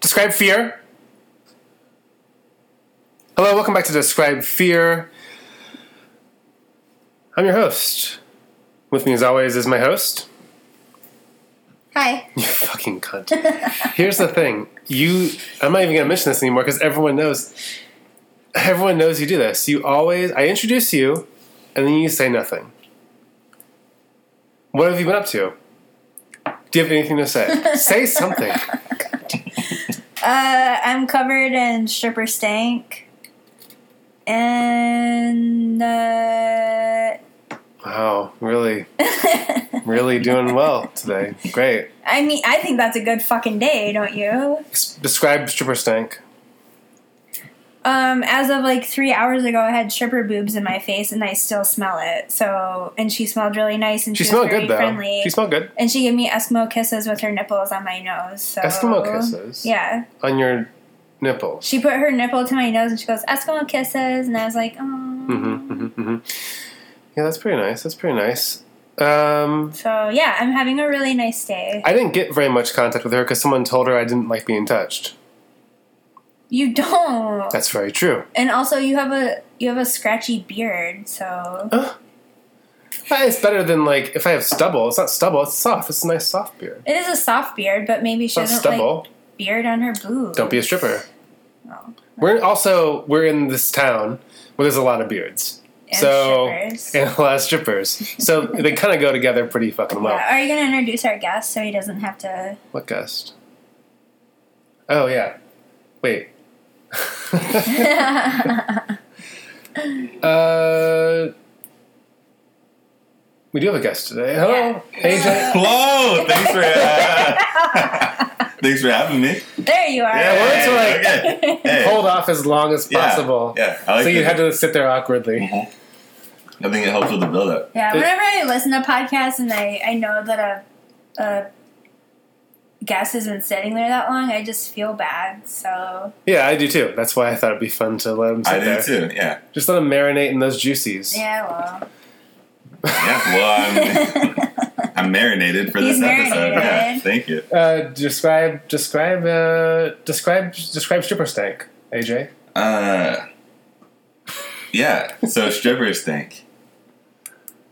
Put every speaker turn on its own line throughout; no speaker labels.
Describe fear. Hello, welcome back to Describe Fear. I'm your host. With me, as always, is my host.
Hi.
You fucking cunt. Here's the thing. You, I'm not even gonna mention this anymore because everyone knows. Everyone knows you do this. You always, I introduce you, and then you say nothing. What have you been up to? Do you have anything to say? say something.
Uh, I'm covered in stripper stank. And uh,
Wow, really, really doing well today. Great.
I mean, I think that's a good fucking day, don't you?
S- Describe stripper stank.
Um, as of like three hours ago, I had stripper boobs in my face, and I still smell it. So, and she smelled really nice, and
She
she,
smelled
was very
good though.
friendly.
She smelled good.
and she gave me Eskimo kisses with her nipples on my nose. So.
Eskimo kisses
Yeah.
on your nipples.
She put her nipple to my nose, and she goes Eskimo kisses, and I was like, oh.
Mm-hmm, mm-hmm, mm-hmm. Yeah, that's pretty nice. That's pretty nice. Um,
So yeah, I'm having a really nice day.
I didn't get very much contact with her because someone told her I didn't like being touched.
You don't.
That's very true.
And also, you have a you have a scratchy beard, so
Uh, It's better than like if I have stubble. It's not stubble. It's soft. It's a nice soft beard.
it is a soft beard, but maybe
It's
she
not
doesn't
stubble.
like beard on her boobs. Oh.
Don't be a stripper.
No.
We're also we're in this town where there's a lot of beards.
And
so
strippers.
and a lot of strippers. So they kind of go together pretty fucking well.
Yeah. Are you gonna introduce our guest so he doesn't have to?
What guest? Oh yeah. Wait. uh, we do have a guest today. Hello, AJ.
Hello, thanks for uh, thanks for having me.
There you are.
well, it's like-
okay. Hey.
Hold off as long as
Yeah,
possible.
Yeah, I like
so you had
that.
to sit there awkwardly.
Mhm. I think it helps with the build up.
Yeah,
It-
Whenever I listen to podcasts and I I know that a a guest has been sitting there that long, I just feel bad. So
Yeah, I do too. That's why I thought it'd be fun to let him sit
I
there.
do too. Yeah,
Just let him marinate in those juices.
yeah, well,
yeah. Well, I'm, I'm marinated for
He's
this episode. Yeah,
marinated.
thank you.
Uh, describe, describe, uh, describe, describe stripper stank, AJ.
Uh, yeah. So stripper stink.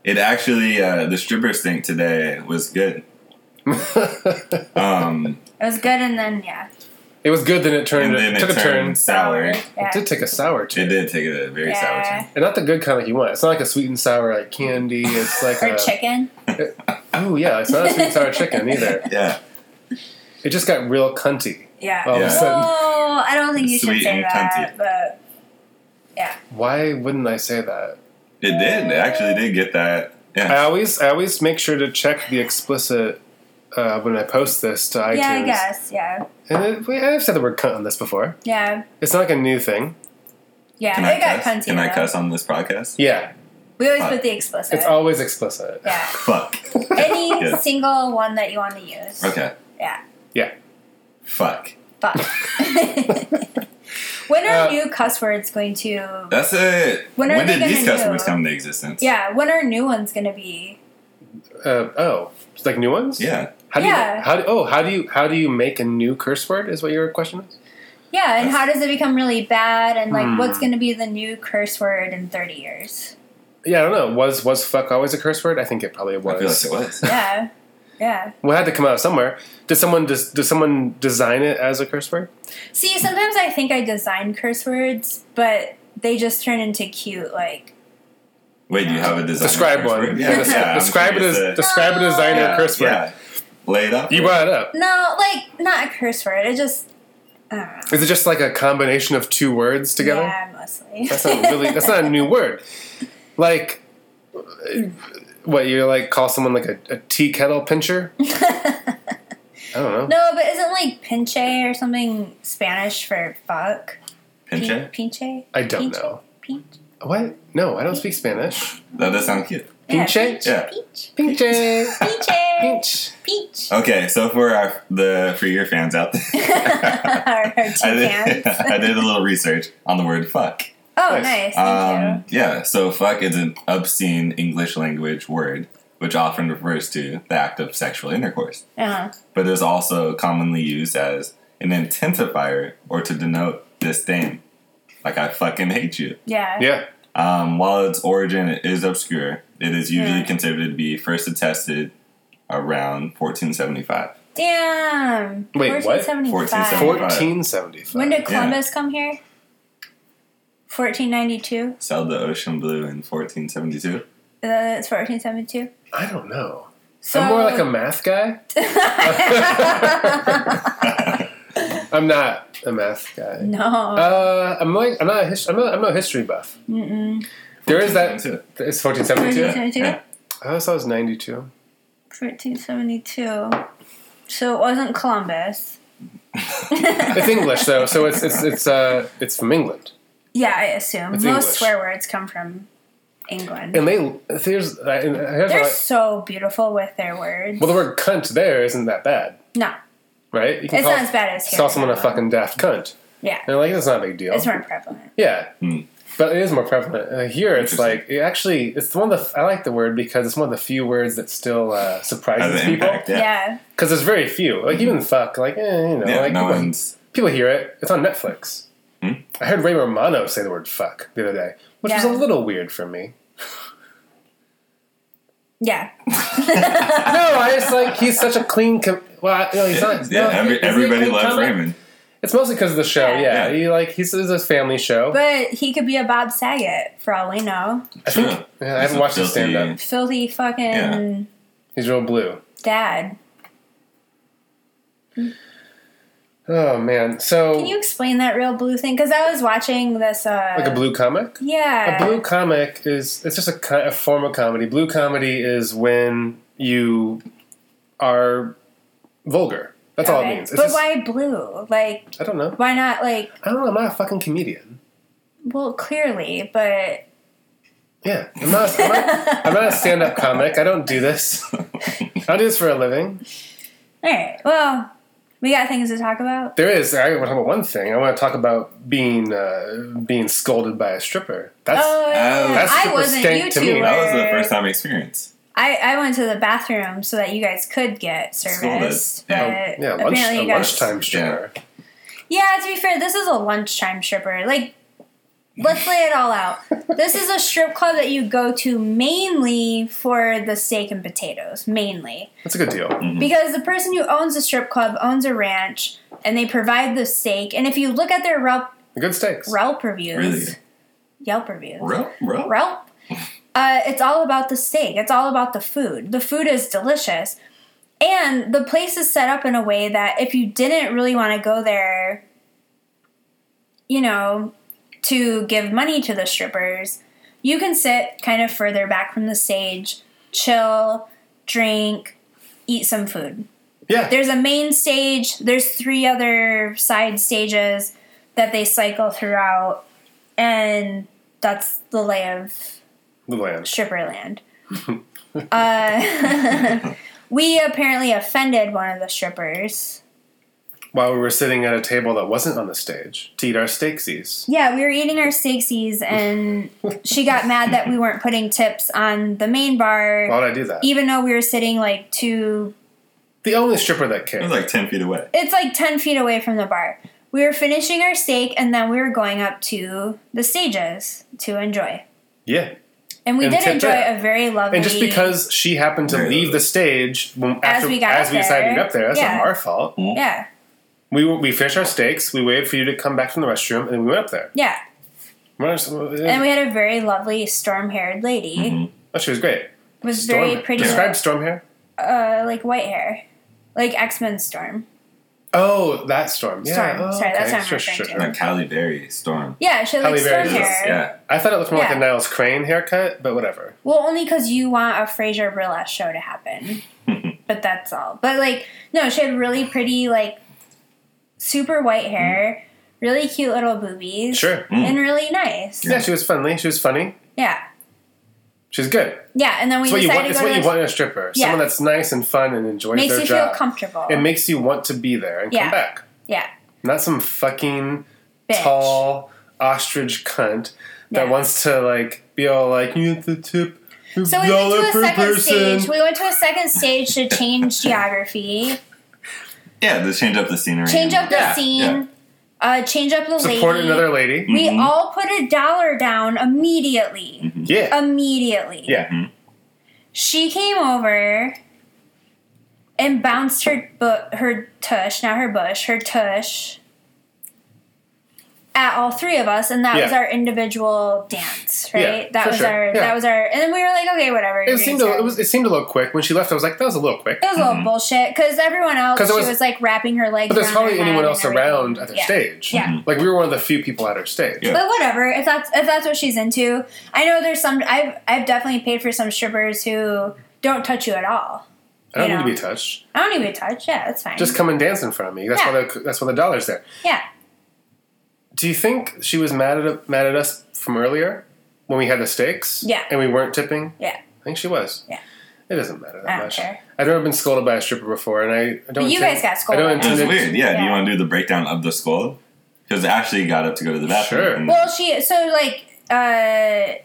It actually uh, the stripper stink today was good. Um,
it was good, and then yeah,
it was good, then it turned.
and then
it
it
took a turn.
turned sour.
Yeah.
It did take a sour
It
turn,
did take a very sour turn.
yeah.
and not the good kind like you want. It's not like a sweet and sour like candy. It's like
Or
a uh,
chicken.
oh yeah, it's not a sweet and sour chicken either.
Yeah.
It just got real cunty.
Yeah.
All
of a
sudden.
Whoa, I don't think you should
Sweet
say
and
that,
cunty.
but
Why wouldn't I say that?
It did. It actually did get that.
I
Yeah.
always, I always make sure to check the explicit uh, when I post this to iTunes.
yeah, I guess, yeah,
And it, we, I've said the word cunt on this before.
yeah,
It's not like a new thing.
yeah.
Can
it
I
got
cuss?
cunty.
Can I
though.
cuss Uh, on this podcast?
Yeah,
We always
Fuck.
put the explicit.
it's always explicit.
yeah.
Fuck.
Any
Yeah.
single one that you want to use.
Okay.
Yeah.
Yeah.
Fuck.
Fuck. when are
Uh,
new cuss words going to?
That's it.
When
When,
are they
did these
gonna
customers
do?
come into existence?
Yeah. When are new ones going to be?
Uh, oh, it's like new ones.
Yeah.
How do
Yeah.
you? How do, oh, how do you? How do you make a new curse word? Is what your question is?
Yeah, and how does it become really bad? And like,
Hmm.
what's going to be the new curse word in thirty years?
Yeah, I don't know. Was was fuck always a curse word? I think it probably was.
I feel like it was.
Yeah, yeah.
Well, it had to come out somewhere. Did someone des- did someone design it as a curse word?
See, sometimes I think I design curse words, but they just turn into cute, like,
Wait, do you have a design?
Describe one.
Yeah.
Des-
yeah, I'm
describe it
curious,
as
uh,
describe it as designer
yeah,
curse word.
Yeah. Lay it up.
You brought it up.
no, like, not a curse word. It just, I don't know.
Is it just like a combination of two words together?
Yeah, mostly.
That's not really. That's not a new word. Like, what you like call someone like a, a tea kettle pincher? I don't know.
no, but isn't like pinche or something Spanish for fuck? Pin-
Pinche.
Pinche?
I don't
Pinche?
know.
Pinche?
What? No, I don't speak Spanish.
That does sound cute.
Yeah,
Pinche?
Peach.
Yeah.
Peach.
Pinche.
Pinche.
Pinch.
Peach.
Okay, so for our the for your fans out there,
Our two
I did,
hands.
I did a little research on the word fuck.
Oh,
Nice.
nice. Thank you.
Um, yeah, so fuck is an obscene English language word which often refers to the act of sexual intercourse,
Uh-huh.
but is also commonly used as an intensifier or to denote disdain. Like, I fucking hate you.
Yeah.
Yeah.
Um, while its origin is obscure, it is usually
Yeah.
considered to be first attested around 1475.
Damn.
Wait, what?
1475.
1475.
1475.
Uh, When did Columbus come here? 1492.
Sailed the ocean blue in 1472.
Uh, It's 1472.
I don't know.
So,
I'm more like a math guy. I'm not a math guy.
no.
Uh, I'm like I'm not a his, I'm, not, I'm not a history buff.
Mm-mm.
There is that.
1472.
It's 1472.
1472?
Yeah.
I always thought it was 92.
1472. So it wasn't Columbus.
It's English though, so it's it's it's uh it's from England.
Yeah, I assume.
It's
Most
English.
swear words come from England.
And they there's I, and here's
They're
what I-
so beautiful with their words.
well the word cunt there isn't that bad,
no,
right? You can
it's
call,
not as bad as here.
call someone a fucking daft cunt.
Yeah,
And like that's not a big deal.
it's more prevalent.
Yeah,
Hmm.
but it is more prevalent uh, here. It's
Interesting.
like it actually it's one of the f- I like the word because it's one of the few words that still uh,
Has
surprises
an
people
impact.
because
Yeah.
Yeah. Hmm.
there's very few. Like even fuck, like eh, you know,
Yeah,
like
no
people,
one's.
people hear it. It's on Netflix.
Hmm?
I heard Ray Romano say the word fuck the other day, which was
Yeah.
a little weird for me.
yeah,
No, I just like he's such a clean. Com- well, I- no, he's
Yeah,
not.
yeah,
no,
every,
is he a
everybody
clean
loves
comic?
Raymond.
It's mostly because of the show.
Yeah.
Yeah,
Yeah.
he like he's it's a family show.
But he could be a Bob Saget for all we know.
I
True.
think yeah, I haven't watched his
Filthy-
stand up.
Filthy fucking
Yeah.
He's real blue.
dad.
Oh man, so
Can you explain that real blue thing? Because I was watching this. Uh,
like a blue comic.
Yeah.
A blue comic is it's just a, ki- a form of comedy. Blue comedy is when you are vulgar. That's all it
Okay.
means. It's
But
just-
why blue? Like,
I don't know.
why not like?
I don't know. I'm not a fucking comedian.
Well, clearly, but
Yeah, I'm not. I'm not, I'm not a stand-up comic. I don't do this. I don't do this for a living.
all right. Well, we got things to talk about.
There is. I want to talk about one thing. I want to talk about being uh, being scolded by a stripper. That's
Oh, yeah.
that's
I
super
wasn't.
stank
You
to
two
me.
were.
That was the first time experience.
I, I went to the bathroom so that you guys could get serviced.
Scolded.
But
Yeah.
yeah, lunch,
apparently
a
you guys.
lunchtime stripper.
Yeah, to be fair, this is a lunchtime stripper. Like, let's lay it all out. This is a strip club that you go to mainly for the steak and potatoes, mainly.
That's a good deal.
Because the person who owns the strip club owns a ranch and they provide the steak. And if you look at their Yelp,
Good steaks.
Yelp reviews,
Really?
Yelp reviews,
Rup, rup.
Yelp, uh, it's all about the steak. It's all about the food. The food is delicious. And the place is set up in a way that if you didn't really want to go there, you know, to give money to the strippers, you can sit kind of further back from the stage, chill, drink, eat some food.
Yeah.
There's a main stage, there's three other side stages that they cycle throughout, and that's the lay of
The land.
stripper land. uh, we apparently offended one of the strippers.
While we were sitting at a table that wasn't on the stage to eat our steaksies.
Yeah, we were eating our steaksies, and she got mad that we weren't putting tips on the main
Why
bar,
would I do that?
even though we were sitting like two.
The only stripper that
It
cared.
was like 10 feet away.
It's like ten feet away from the bar. We were finishing our steak, and then we were going up to the stages to enjoy.
yeah.
And we
And
did
tip
enjoy
there.
a very lovely.
And just because she happened to
Very
leave
lovely.
the stage when, after,
we got
as
up
we decided to
there.
get up there, that's
Yeah.
not our fault.
yeah,
We, we finished our steaks, we waited for you to come back from the restroom, and then we went up there.
yeah,
We're not-
and we had a very lovely storm-haired lady.
Mm-hmm.
oh, she was great.
It was
Storm.
very pretty.
Describe storm hair.
uh, like white hair, like X Men Storm.
Oh, that storm. Yeah.
Storm.
Oh,
Sorry, that's
okay.
what I'm
Sure,
referring
sure,
to.
sure.
Like Halle Berry, Storm.
Yeah, she had like
Halle Berry
storm
is-
hair.
Yeah.
I thought it looked more like
Yeah.
a Niles Crane haircut, but whatever.
Well, only because you want a Fraser Burlesque show to happen, but that's all. But like, no, she had really pretty, like, super white hair, really cute little boobies,
Mm. Sure. Mm.
and really nice.
Yeah, she was friendly. She was funny.
yeah,
She was good.
yeah. And then we
It's what you
decided
want.
to
It's
go
what
to
you
this-
want in a stripper.
Yeah.
Someone that's nice and fun and enjoys
makes
their
you
job.
feel comfortable.
It makes you want to be there and
Yeah.
come back.
yeah,
Not some fucking
bitch.
tall ostrich cunt that
Yeah.
wants to like be all like you get the tip.
So we went to a second stage. We went to a second stage to change geography.
Yeah, let's change up the scenery.
Change up the
Yeah,
scene.
yeah.
Uh, change up the
Support
lady.
another lady.
We
Mhm.
all put a dollar down immediately.
Yeah.
Immediately.
Mm-hmm. yeah. mm-hmm.
She came over and bounced her bu- her tush, not her bush, her tush at all three of us, and that was
Yeah.
our individual dance,
Yeah,
right? that
for
was
sure,
our
yeah.
that was our, and then we were like, okay, whatever.
It
you're
seemed
gonna
a, it
start.
was it seemed a little quick when she left. I was like, that was a little quick.
It was a little bullshit because everyone else,
'Cause
she
there
was,
was-
like wrapping her legs.
But there's
around her
hardly anyone
head
else
and everything.
around at their
Yeah.
stage.
Yeah.
Like we were one of the few people at her stage.
Yeah.
But whatever, if that's if that's what she's into, I know there's some. I've I've definitely paid for some strippers who don't touch you at all.
I don't
You
need to
know.
be touched.
I don't even touch. Yeah, that's fine.
Just come and dance in front of me. That's why the that's why the dollar's there.
yeah.
Do you think she was mad at mad at us from earlier when we had the stakes?
Yeah.
And we weren't tipping?
Yeah.
I think she was.
Yeah.
It doesn't matter that
I don't
much.
care.
I've never been scolded by a stripper before, and I, I don't.
But you
intend-
guys got
I don't
scolded.
It was
intend to-
weird. Yeah, Do
Yeah.
you want to do the breakdown of the skull? Because Ashley got up to go to the bathroom.
Sure.
and-
Well, she so like uh,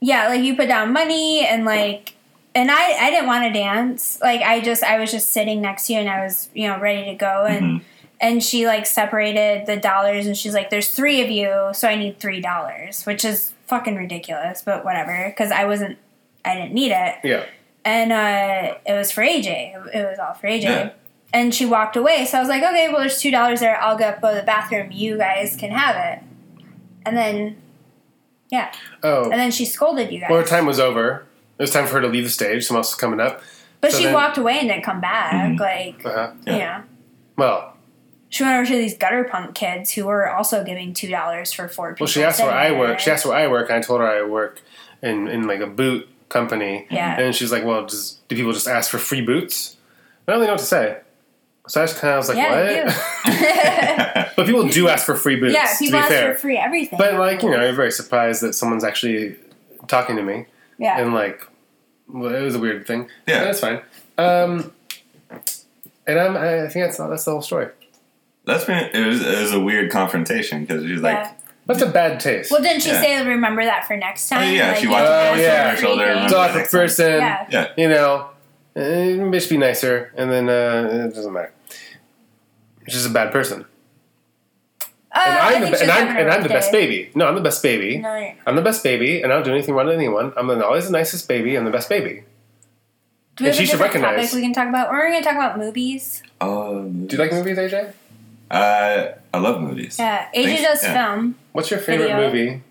yeah, like you put down money and like. And I, I didn't want to dance. Like I just I was just sitting next to you and I was, you know, ready to go and
Mhm.
and she like separated the dollars and she's like there's three of you so i need three dollars which is fucking ridiculous but whatever because i wasn't i didn't need it
Yeah.
and uh, it was for aj it was all for aj
Yeah.
and she walked away so i was like okay well there's two dollars there i'll go go to the bathroom you guys can have it and then yeah
Oh.
and then she scolded you guys
Well, her time was over. It was time for her to leave the stage. Someone else was coming up.
but
so
she
then-
walked away and didn't come back
Mhm.
like
Uh-huh.
you
Yeah.
know
Well,
she went over to these gutter punk kids who were also giving two dollars for four people.
well, she asked where
sitting
I
there.
work. She asked where I work, and I told her I work in, in like a boot company.
Yeah.
And then she's like, "Well, does, do people just ask for free boots?" I don't really know what to say. So I just kind of was like,
Yeah,
"What?"
you do.
but people do ask for free boots.
yeah, people
to be
ask
fair.
for free everything.
But like, you know, you're very surprised that someone's actually talking to me.
yeah,
and like well, it was a weird thing.
Yeah.
that's fine. Um, and I'm, I think that's that's the whole story.
That's been it was, it was a weird confrontation because she was like,
Yeah.
That's a bad taste.
Well, didn't she
Yeah.
say remember that for next time?
Oh, yeah,
Like,
she
you
watched
know,
it
ask
over her
for free
shoulder
things.
and-
Talk to the person,
Yeah.
yeah,
you know, uh, bitch, be nicer, and then uh, it doesn't matter. She's just a bad person,
Uh,
and
I
I'm
think
the,
she
and
was
I'm,
having a
and I'm
rough
the best
day.
baby. No, I'm the best baby.
No, you're not.
I'm the best baby, and I don't do anything wrong to anyone. I'm the, always the nicest baby. I'm the best baby.
Do
And
we have a
she should
different
recognize.
topic we can talk about? Or we're going to talk about movies.
Um,
Do you like movies, AJ?
uh, I love movies.
Yeah, Asia
Thanks.
does
Yeah.
film.
What's your favorite
Video.
movie?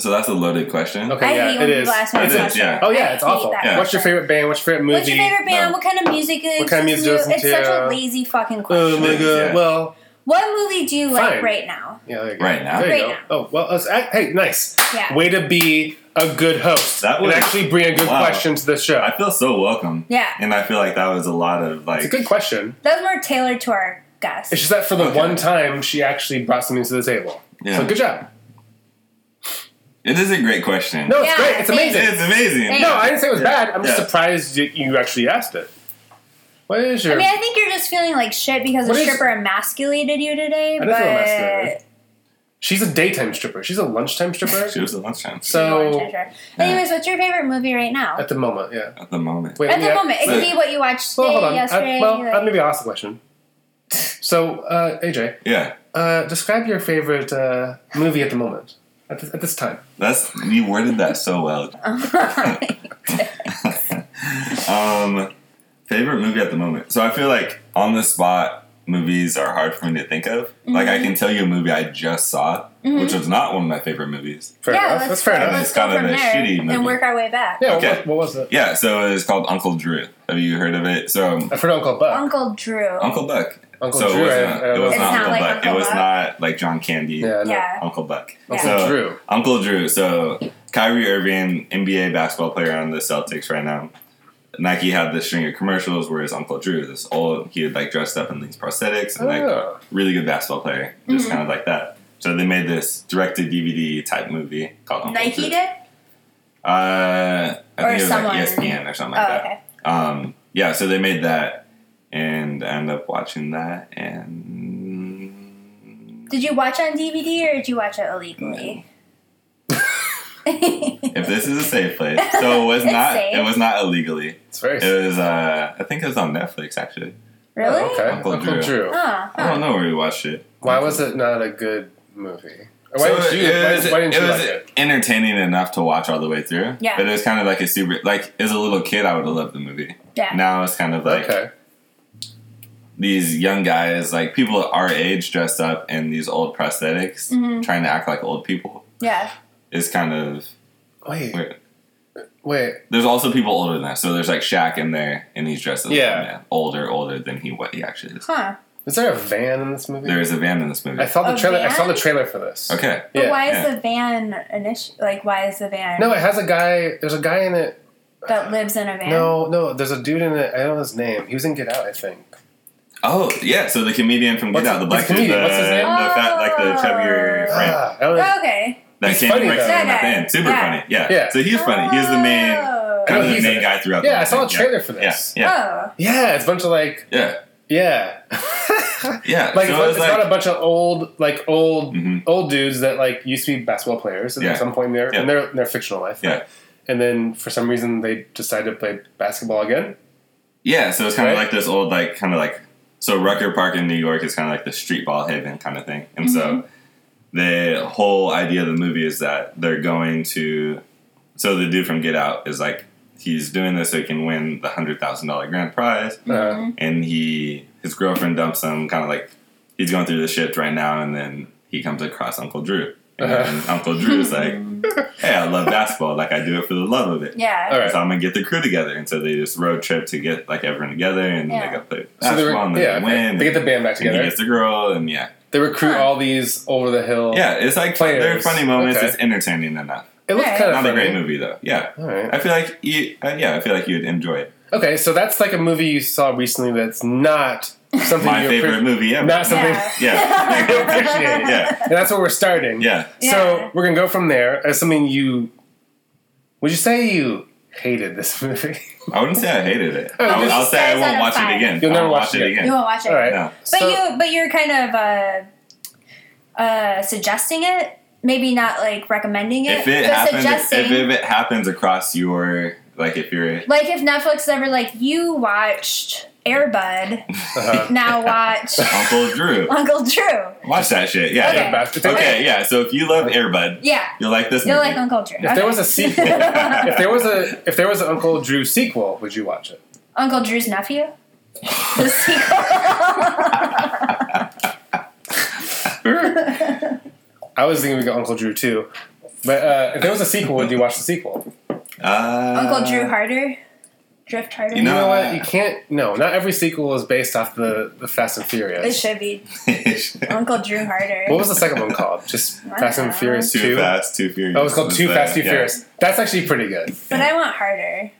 So that's a loaded question.
Okay,
I
yeah,
hate
it
when
is.
people ask me
It
that
is.
is,
question.
yeah.
Oh
I
yeah, it's
hate
awful.
that
Yeah.
What's your
question.
favorite band? What's your favorite movie?
What's your favorite band?
No.
What kind of music?
What kind of music do you listen
It's such
to?
a lazy fucking
Oh
question.
my god!
Yeah.
Well,
what movie do you like
Fine.
right now?
yeah, there you go.
Right now?
there you
Right
go.
now.
Oh well, that's- I- hey, nice.
Yeah.
Way to be a good host.
That
That would
was-
actually bring a good
Wow.
question to the show.
I feel so welcome.
Yeah.
and I feel like that was a lot of
It's a
like,
good question.
That was more tailored to our guests.
It's just that for the
Okay.
one time she actually brought something to the table.
Yeah.
So good job.
it is a great question.
No, it's
Yeah,
great. It's
thanks.
amazing.
it's amazing.
Thanks.
No, I didn't say it was
Yeah.
bad. I'm just
Yeah.
surprised you, you actually asked it. What is your?
I mean, I think you're just feeling like shit because
What
a
is-
stripper emasculated you today.
I
but
didn't feel emasculated. She's a daytime stripper. She's a lunchtime stripper.
She was at lunchtime
so eh.
anyways, what's your favorite movie right now?
at the moment, yeah.
at the moment.
Wait,
At
let
the
me-
moment, it could be what you watched today,
Well, hold on.
yesterday.
I, well,
like-
uh, maybe I'll ask the question. So, uh, AJ,
Yeah,
uh, describe your favorite uh, movie at the moment, at this, at this time.
that's you worded that so well. Um, favorite movie at the moment. So I feel like on the spot movies are hard for me to think of. Like
Mm-hmm.
I can tell you a movie I just saw, which was not one of my favorite movies.
Fair
yeah,
enough.
let's,
That's fair
let's
enough.
It's
go
kind of
from
a shitty
there
movie.
and work our way back.
yeah.
Okay.
What, what was it?
Yeah, so it's called Uncle Drew. Have you heard of it? So um,
I've heard Uncle Buck.
Uncle Drew.
Uncle Buck.
Uncle
so
Drew, uh,
it was
I-
not,
I don't know.
It's not
it was not Uncle
like
Buck.
Uncle
it was
Buck.
not like John Candy.
yeah. No.
yeah.
Uncle Buck.
Uncle
So,
Drew.
Uncle Drew. So Kyrie Irving, NBA basketball player on the Celtics right now. Nike had this string of commercials where his Uncle Drew, this old, he would like dressed up in these prosthetics and like
Oh.
really good basketball player, just
Mm-hmm.
kind of like that. So they made this directed DVD type movie called Uncle
Nike
Drew.
did?
Uh, I
Or
think it was
someone-
like ESPN or something like
Oh,
that.
okay.
Um, yeah, so they made that, and I ended up watching that, and
Did you watch on DVD or did you watch it illegally?
if this is a safe place, so it was
It's
not.
safe.
It was not illegally.
It's very.
It was. Uh, I think it was on Netflix actually.
Really?
Oh, okay.
Uncle
Uncle,
Drew.
Drew.
Huh,
I
huh.
don't know where we watched it.
Why was it not a good movie? Or Why
So
didn't you?
it
Why,
was-
why didn't
it
you
was
like it?
entertaining enough to watch all the way through.
Yeah.
But it was kind of like a super like as a little kid I would have loved the movie.
Yeah.
Now it's kind of like
okay.
these young guys, like people our age dressed up in these old prosthetics,
Mm-hmm.
Mhm.
trying to act like old people
Yeah.
is kind of
Wait.
weird.
Wait.
There's also people older than us. So there's like Shaq in there and he's dressed as
Yeah.
a man. Older, older than he what he actually is.
Huh.
Is there a van in this movie?
There is a van in this movie.
I saw the
A
trailer. I saw the
van?
trailer for this.
okay.
But
Yeah.
why is
yeah.
the van an issue? Like, why is the van
No, it has a guy. There's a guy in it.
that lives in a van?
No, no. There's a dude in it. I don't know his name. He was in Get Out, I think.
Oh yeah, so the comedian from Get
What's-
Out, the black
the
dude, the,
comedian, what's his name?
the fat, like the chubbier friend.
Ah, I don't know.
Oh, Okay.
That
He's
came
funny,
and breaks
though.
it in at
That
the
guy.
end. Super
Yeah.
funny. Yeah.
Yeah.
So he's funny. He's the main
Oh.
kind of
No,
the
he's
main
a-
guy throughout the
Yeah, I
whole
saw a
thing.
trailer for
Yeah.
this.
Yeah.
Oh.
Yeah, it's a bunch of like,
Yeah.
yeah,
Yeah.
like,
so
it's,
it
not,
was
it's
like,
not a bunch of old, like old,
Mhm.
old dudes that like used to be basketball players and
Yeah.
at some point in their
Yeah.
in their in their fictional life.
yeah.
And then for some reason they decide to play basketball again.
Yeah. So it's kind of
Right?
like this old, like, kind of like, so Rucker Park in New York is kind of like the street ball haven kind of thing. And so
Mm-hmm.
the whole idea of the movie is that they're going to, so the dude from Get Out is like, he's doing this so he can win the $100,000 grand prize.
Mm-hmm.
Uh,
and he his girlfriend dumps him kind of like he's going through the shift right now and then he comes across uncle drew and
Uh-huh.
then uncle drew is like hey i love basketball like i do it for the love of it
Yeah.
All right.
so i'm gonna get the crew together and so they just road trip to get like everyone together and
Yeah.
they go play
so they
basketball
were,
and then
yeah,
they
okay.
win
they get the band back
and he
together.
gets the girl and yeah
They recruit
Huh.
all these over the hill.
yeah it's like they're
Players.
funny moments
Okay.
it's entertaining enough
it looks
Yeah.
kind of
not
funny.
a great movie though yeah
All right.
i feel like you uh, yeah i feel like you'd enjoy it
Okay, so that's like a movie you saw recently that's not something
my
you
favorite
appre-
movie ever
Not something.
Yeah.
yeah
you appreciate.
yeah
And that's where we're starting.
yeah
Yeah.
So we're gonna go from there as something you would you say you hated this movie?
I wouldn't say I hated it. I
this
would,
is
I'll say I
guys Oh, out
won't
of
watch it
five.
again.
You'll never
I'll
watch it again.
You won't watch it.
All right.
No.
But
So-
you, but you're kind of uh, uh, suggesting it. Maybe not like recommending it,
If it
but
happens, if,
suggesting.
if it happens across your like, if you're
like if Netflix ever like you watched Airbud,
Uh-huh.
now watch
Uncle Drew,
Uncle Drew.
watch that shit. Yeah.
Okay.
yeah.
If
Okay. yeah. So if you love Airbud,
Yeah,
you'll like this.
you'll
movie.
like Uncle Drew. Okay.
there was a sequel, if there was a if there was an Uncle Drew sequel, would you watch it?
Uncle Drew's nephew. The sequel.
I was thinking we go Uncle Drew too, but uh, if there was a sequel, would you watch the sequel?
Uh,
Uncle Drew Harder, Drift Harder.
You
You know
Uh.
what? You can't. No, not every sequel is based off the the Fast and
it
Furious.
should be
too
Uncle Drew Harder.
What was the second one called? Just
I
Fast
don't
and
know.
Furious Two.
fast, too furious.
Oh, it's called
is
Too
the-
Fast, Too
yeah.
Furious. That's actually pretty good.
But I want harder.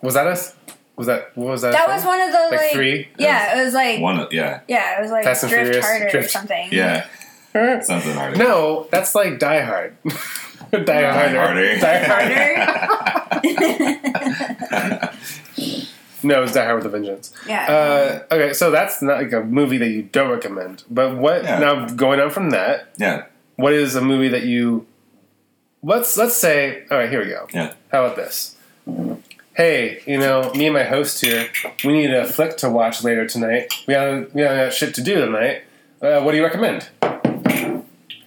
Was that us? Was that what was that?
That
from?
was one of the
Like
like,
three?
Yeah, it was like
One, of- yeah,
yeah, it was like
Fast and
drift
Furious,
harder or
Drift.
something.
yeah, something harder.
No, that's like Die Hard. Die, Harder.
Harder.
Die Harder.
harder.
No, it's Die Hard with a Vengeance.
yeah.
Uh, okay, so that's not like a movie that you don't recommend. But what
Yeah.
now? Going on from that,
yeah,
what is a movie that you? Let's let's say. All right, here we go.
yeah.
How about this? Hey, you know, me and my host here, we need a flick to watch later tonight. We haven't, we haven't got shit to do tonight. Uh, what do you recommend?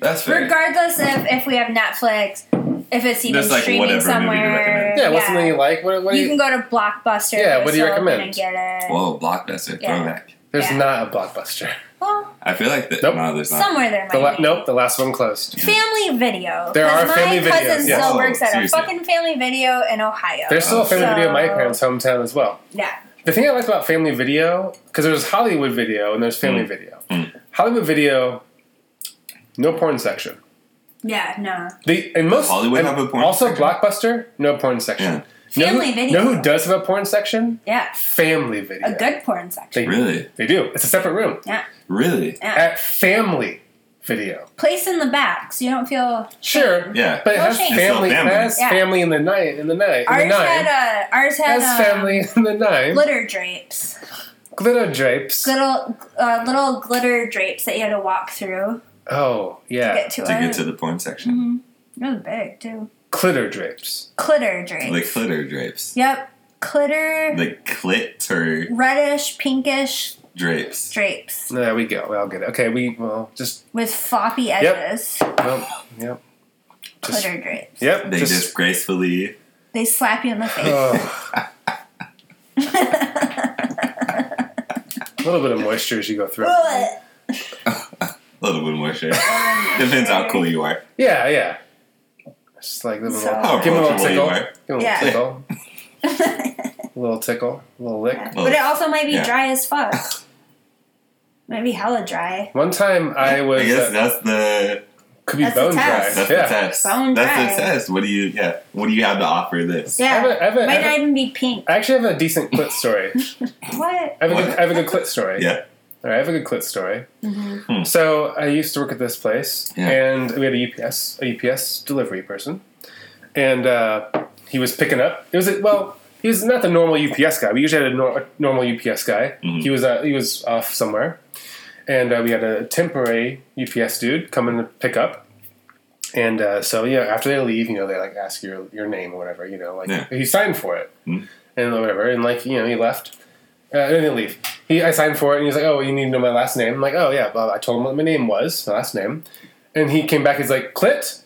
That's fair.
Regardless if if we have Netflix, if it's even
Just, like, whatever
streaming
movie to
somewhere.
recommend.
Yeah, what's something you like? What, what do
You
you,
can go to Blockbuster.
Yeah, what do you
You're still
recommend?
gonna Get it.
Whoa, blockbuster
Yeah.
throwback.
There's
yeah.
not a blockbuster.
Well,
I feel like that.
Nope.
No, there's not.
somewhere there might.
The la-
be.
nope, the last one closed.
Family Video.
There
'cause
are family
My cousin
videos,
still
yes.
works at
Seriously.
a fucking Family Video in Ohio.
There's still a family video in my
Oh, So-
parents' hometown as well.
yeah.
The thing I liked about family video, because there's Hollywood video and there's family
Mm.
video.
Mm.
Hollywood video, no porn section.
Yeah. No.
The and most
Hollywood
and
have a porn
also
section?
Blockbuster, no porn section. Know who-
Family video.
Know who does have a porn section?
Yeah.
Family video.
A good porn section.
They,
Really,
they do. It's a separate room
Yeah.
really.
Yeah.
at family video.
place in the back so you don't feel
Sure,
Yeah.
but it
No
has
shame.
family,
It's
still family.
It has
Yeah.
family in the night in the night in
ours
the nine.
had a uh, ours had
Has
a
family in the nine.
glitter drapes
Glitter drapes.
little uh, little glitter drapes that you had to walk through
Oh
to
yeah,
get to
To
it
get to the porn section.
Mhm.
Mm-hmm.
it was big too
glitter drapes.
glitter drapes
The clitter drapes.
yep glitter
The clitter.
reddish pinkish
drapes.
drapes
There we go. I'll get it. Okay, we well just
with floppy edges,
well, yep, Just-
glitter drapes.
yep.
They disgracefully.
They slap you in the face.
oh. a little bit of moisture as you go through.
Ugh.
A little bit more shade. Depends how cool you are.
Yeah, yeah. It's just like a little,
So-
How
give him a little
approachable
tickle,
you are.
give him a little
Yeah.
tickle, a little tickle, a little lick.
but it also might be
Yeah.
dry as fuck. might be hella dry.
One time I was
I
uh,
guess that's the
could be
that's a
bone dry.
test.
that's
yeah,
the test.
Bone
that's the
dry.
test. What do you yeah? What do you have to offer this?
I
Yeah,
have a- I have a-
might
I have
not
a-
even be pink.
I actually have a decent clit story.
What?
I have a
What?
good, I have a good clit story.
Yeah.
All right, I have a good clit story.
Hmm.
So I used to work at this place,
Yeah.
and we had a UPS, a UPS delivery person, and uh, he was picking up. It was a, well, he was not the normal UPS guy. We usually had a, nor- a normal UPS guy.
Mhm.
He was uh, he was off somewhere, and uh, we had a temporary UPS dude come in to pick up. And uh, so yeah, after they leave, you know, they like ask your your name or whatever. You know, like
Yeah.
he signed for it
Mhm.
and whatever, and like you know, he left. Uh, I didn't leave. He, I signed for it, and he's like, "Oh, you need to know my last name." I'm like, "Oh yeah." Well, I told him what my name was, my last name, and he came back. He's like, "Clit,"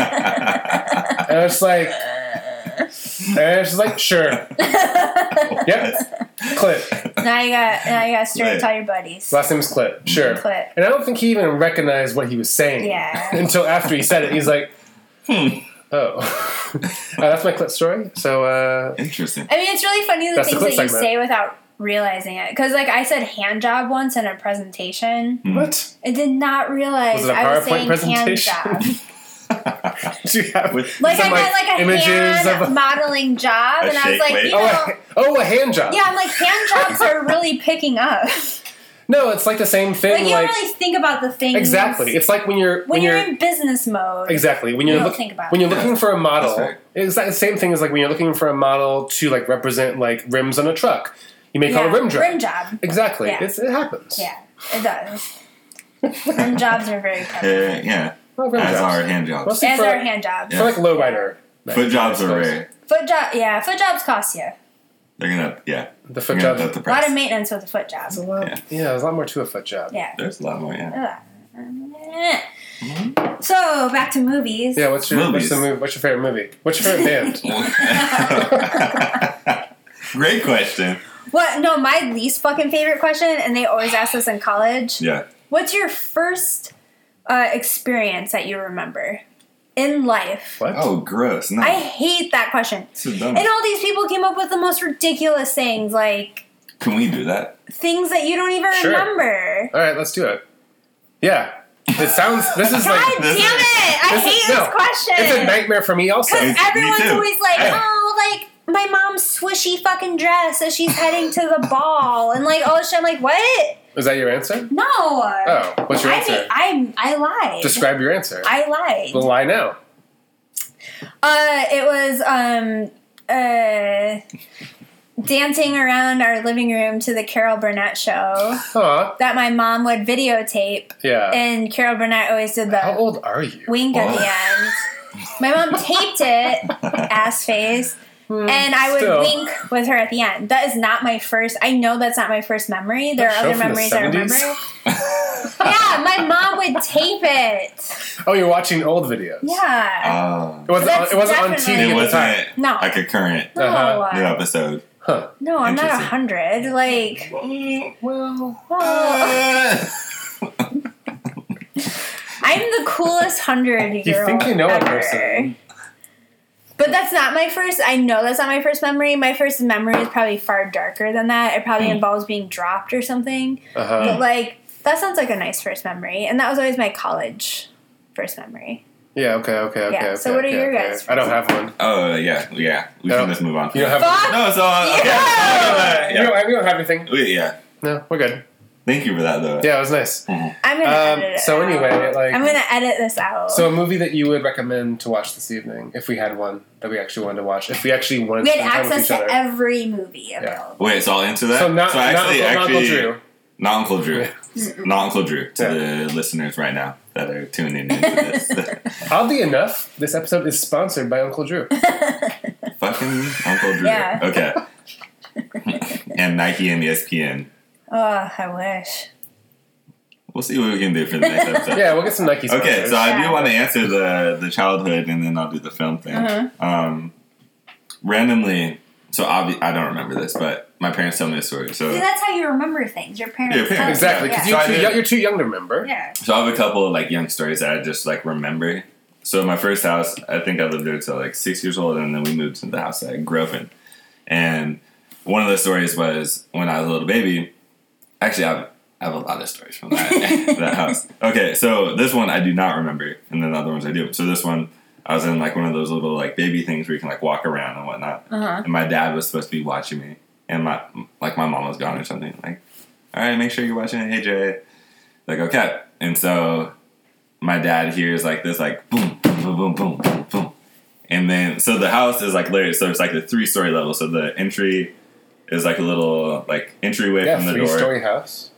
and I was just like, and I was just like, "Sure, yep, Clit."
Now you got now you got to straight tell your buddies.
Last name is Clit, sure.
Clit.
And I don't think he even recognized what he was saying
Yeah.
until after he said it. He's like, "Oh, uh, that's my Clit story." So uh,
Interesting.
I mean, it's really funny the
That's the
things
clip
that you
segment.
say without realizing it. Because like I said, hand job once in a presentation.
what?
I did not realize
Hmm. Was it a
I was
PowerPoint
saying hand
presentation?
job.
Do you have
With-
Like
some,
I got like a
images
hand
of?
modeling job,
A
and I was
shake
like,
weight?
you
Oh,
know,
a, oh, a hand job.
yeah, I'm like hand jobs are really picking up.
No, it's like the same thing.
Like you don't
like
really think about the things
exactly, it's like when you're
when you're in business mode.
exactly when you're
don't
look-
think about
when you're
it.
looking for a model.
That's right.
It's like the same thing as like when you're looking for a model to like represent like rims on a truck. You may call it rim job.
Rim job.
Exactly,
Yeah.
it's, it happens.
Yeah, it does. rim jobs are very
Uh,
prevalent.
yeah.
Well, rim
As
jobs.
are hand jobs.
Mostly
As
for,
are hand jobs.
for like lowrider.
Foot jobs are rare.
Foot job, yeah. Foot jobs cost you
They're gonna yeah.
The
They're
foot
gonna
job.
up the
a lot of
price.
maintenance with a foot job.
There's a lot-
Yeah.
yeah. there's a lot more to a foot job.
Yeah.
There's a lot more yeah.
Ugh. So back to movies.
Mm-hmm. Yeah, what's your what's,
Movies.
the movie, what's your favorite movie? What's your favorite band?
Great question.
What? No, my least fucking favorite question, and they always ask this in college.
Yeah.
What's your first uh, experience that you remember in life?
What?
Oh, gross. No.
I hate that question.
this is dumb.
And all these people came up with the most ridiculous things, like
Can we do that?
things that you don't even
Sure.
remember.
All right, let's do it. Yeah, it sounds. This is
God
like
damn it! I
This is-
hate
no.
this question.
it's a nightmare for me. Also,
Because
Me
everyone's
too.
always like,
Yeah.
oh, like my mom's swishy fucking dress as she's heading to the ball, and like all this shit. I'm like, what?
is that your answer?
No.
Oh, what's your
I,
answer?
I I lied.
Describe your answer.
I lied.
Well, I know.
Uh, it was um uh dancing around our living room to the Carol Burnett show
Aw,
that my mom would videotape,
yeah.
and uh, Carol Burnett always did
Uh. How
the
old are you?
wink at the
Oh.
end. My mom taped it, ass face, and I would
still.
wink with her at the end. That is not my first. I know that's not my first memory. There
That
are
show from
other
the
memories I remember.
70s?
yeah, my mom would tape it.
Oh, you're watching old videos.
Yeah.
Oh.
It wasn't, on,
That's
it wasn't on
definitely-
TV
It
at the time.
wasn't
No.
like a current
no,
uh-huh.
uh,
new episode.
Huh.
no, I'm not a
Interesting.
hundred. Like.
Oh,
Well,
I'm the coolest hundred year old.
think you know a
ever.
person.
But that's not my first. I know that's not my first memory. My first memory is probably far darker than that. It
Hmm.
probably involves being dropped or something.
uh-huh.
But like that sounds like a nice first memory, and that was always my college first memory.
Yeah, okay, okay, okay.
Yeah, so
okay,
what are
okay,
your
okay.
guys'
I don't have one.
oh yeah, yeah. We
No.
can just move on.
You don't have
Fuck
no, it's all okay.
Yeah.
We, don't have, we don't have anything.
We- yeah.
No, we're good.
Thank you for that though.
Yeah, it was nice.
I'm gonna
Um,
edit it.
so
out.
anyway, like-
I'm gonna edit this out.
So, a movie that you would recommend to watch this evening, if we had one that we actually wanted to watch, if we actually wanted
we
to spend time
had
with
access
each
to
other.
every movie available.
Wait, so I'll answer that.
so, not,
actually,
not, Uncle-
actually,
not Uncle Drew.
Not Uncle Drew. Not Uncle Drew to
Yeah.
the listeners right now that are tuning into this.
Oddly enough, this episode is sponsored by Uncle Drew.
Fucking Uncle Drew.
Yeah.
Okay. and E Nike and ESPN
Oh, I wish.
We'll see what we can do for the next episode.
Yeah, we'll get some Nike. Sponsors.
Okay, so I
Yeah.
do want to answer the the childhood, and then I'll do the film thing. Um, randomly, so obvi- I don't remember this, but my parents tell me a story. So
See, that's how you remember things. Your parents.
Your parents,
tell
exactly
you.
because
So I
you're, too
did-
young- you're too young to remember.
Yeah.
So I have a couple of like young stories that I just like remember. So my first house, I think I lived there till like six years old, and then we moved to the house that I grew up in. And one of the stories was when I was a little baby. Actually, I have, I have a lot of stories from that, that house. Okay, so this one I do not remember, and then the other ones I do. So this one, I was in like one of those little like baby things where you can like walk around and whatnot.
Uh-huh.
And my dad was supposed to be watching me, and my like my mom was gone or something. Like, all right, make sure you're watching it. Hey Jay, like okay. And so my dad hears like this, like boom, boom, boom, boom, boom, boom. And then so the house is like layered, so it's like a three story level. So the entry is like a little like entryway
Yeah,
from the
three
door.
story house.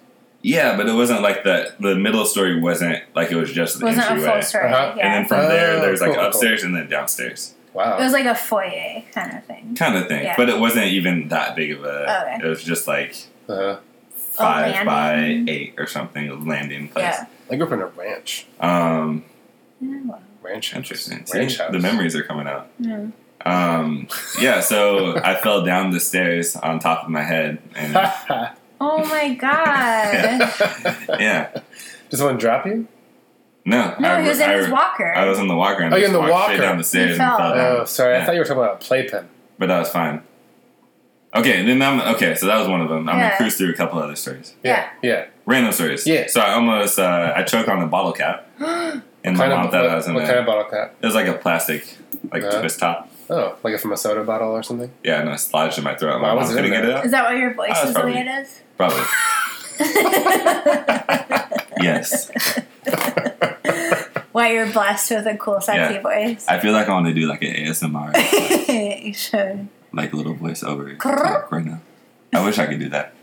Yeah, but it wasn't like the the middle story wasn't like it was just the
Wasn't a
entryway.
full story.
Uh-huh.
Yeah.
And then from
Oh,
there, there's like
cool, cool.
upstairs and then downstairs
Wow.
it was like a foyer kind of thing.
kind of thing.
Yeah.
But it wasn't even that big of a.
Okay.
It was just like
uh,
five by
Oh, landing.
eight or something a landing place.
Yeah.
I grew up in a ranch.
Um,
Yeah, well,
Ranch. house.
interesting. See,
Ranch house.
the memories are coming out.
yeah.
Um, yeah, so I fell down the stairs on top of my head, and
Oh my god.
yeah,
Does someone drop you?
no,
no,
I,
he was
I,
in his walker.
I was in the walker. And
Oh, you're
just
in the
walked
walker.
Straight down the stairs
You
and
fell.
fell down.
Oh, sorry. I
Uh-huh. Yeah.
thought you were talking about a playpen.
but that was fine. Okay, then I'm okay. So that was one of them. I'm
Yeah.
gonna cruise through a couple other stories,
Yeah. Yeah.
random stories.
Yeah.
So I almost uh, I choked on a bottle cap, and my
Kind
mom
of,
thought I was
what
in
what
a-
kind of bottle cap?
It was like a plastic, like
Uh-huh.
twist top.
Oh, like from a soda bottle or something?
Yeah, and I lodged in my throat.
Why
My
was
mom
it
couldn't
in
get it
there?
out.
is that why your voice
I was
is the way it is?
Probably. yes.
why you're blessed with a cool, sexy
Yeah.
voice?
I feel like I want to do like an ASMR,
you should.
like little voiceover
Grrr.
talk right now. I wish I could do that.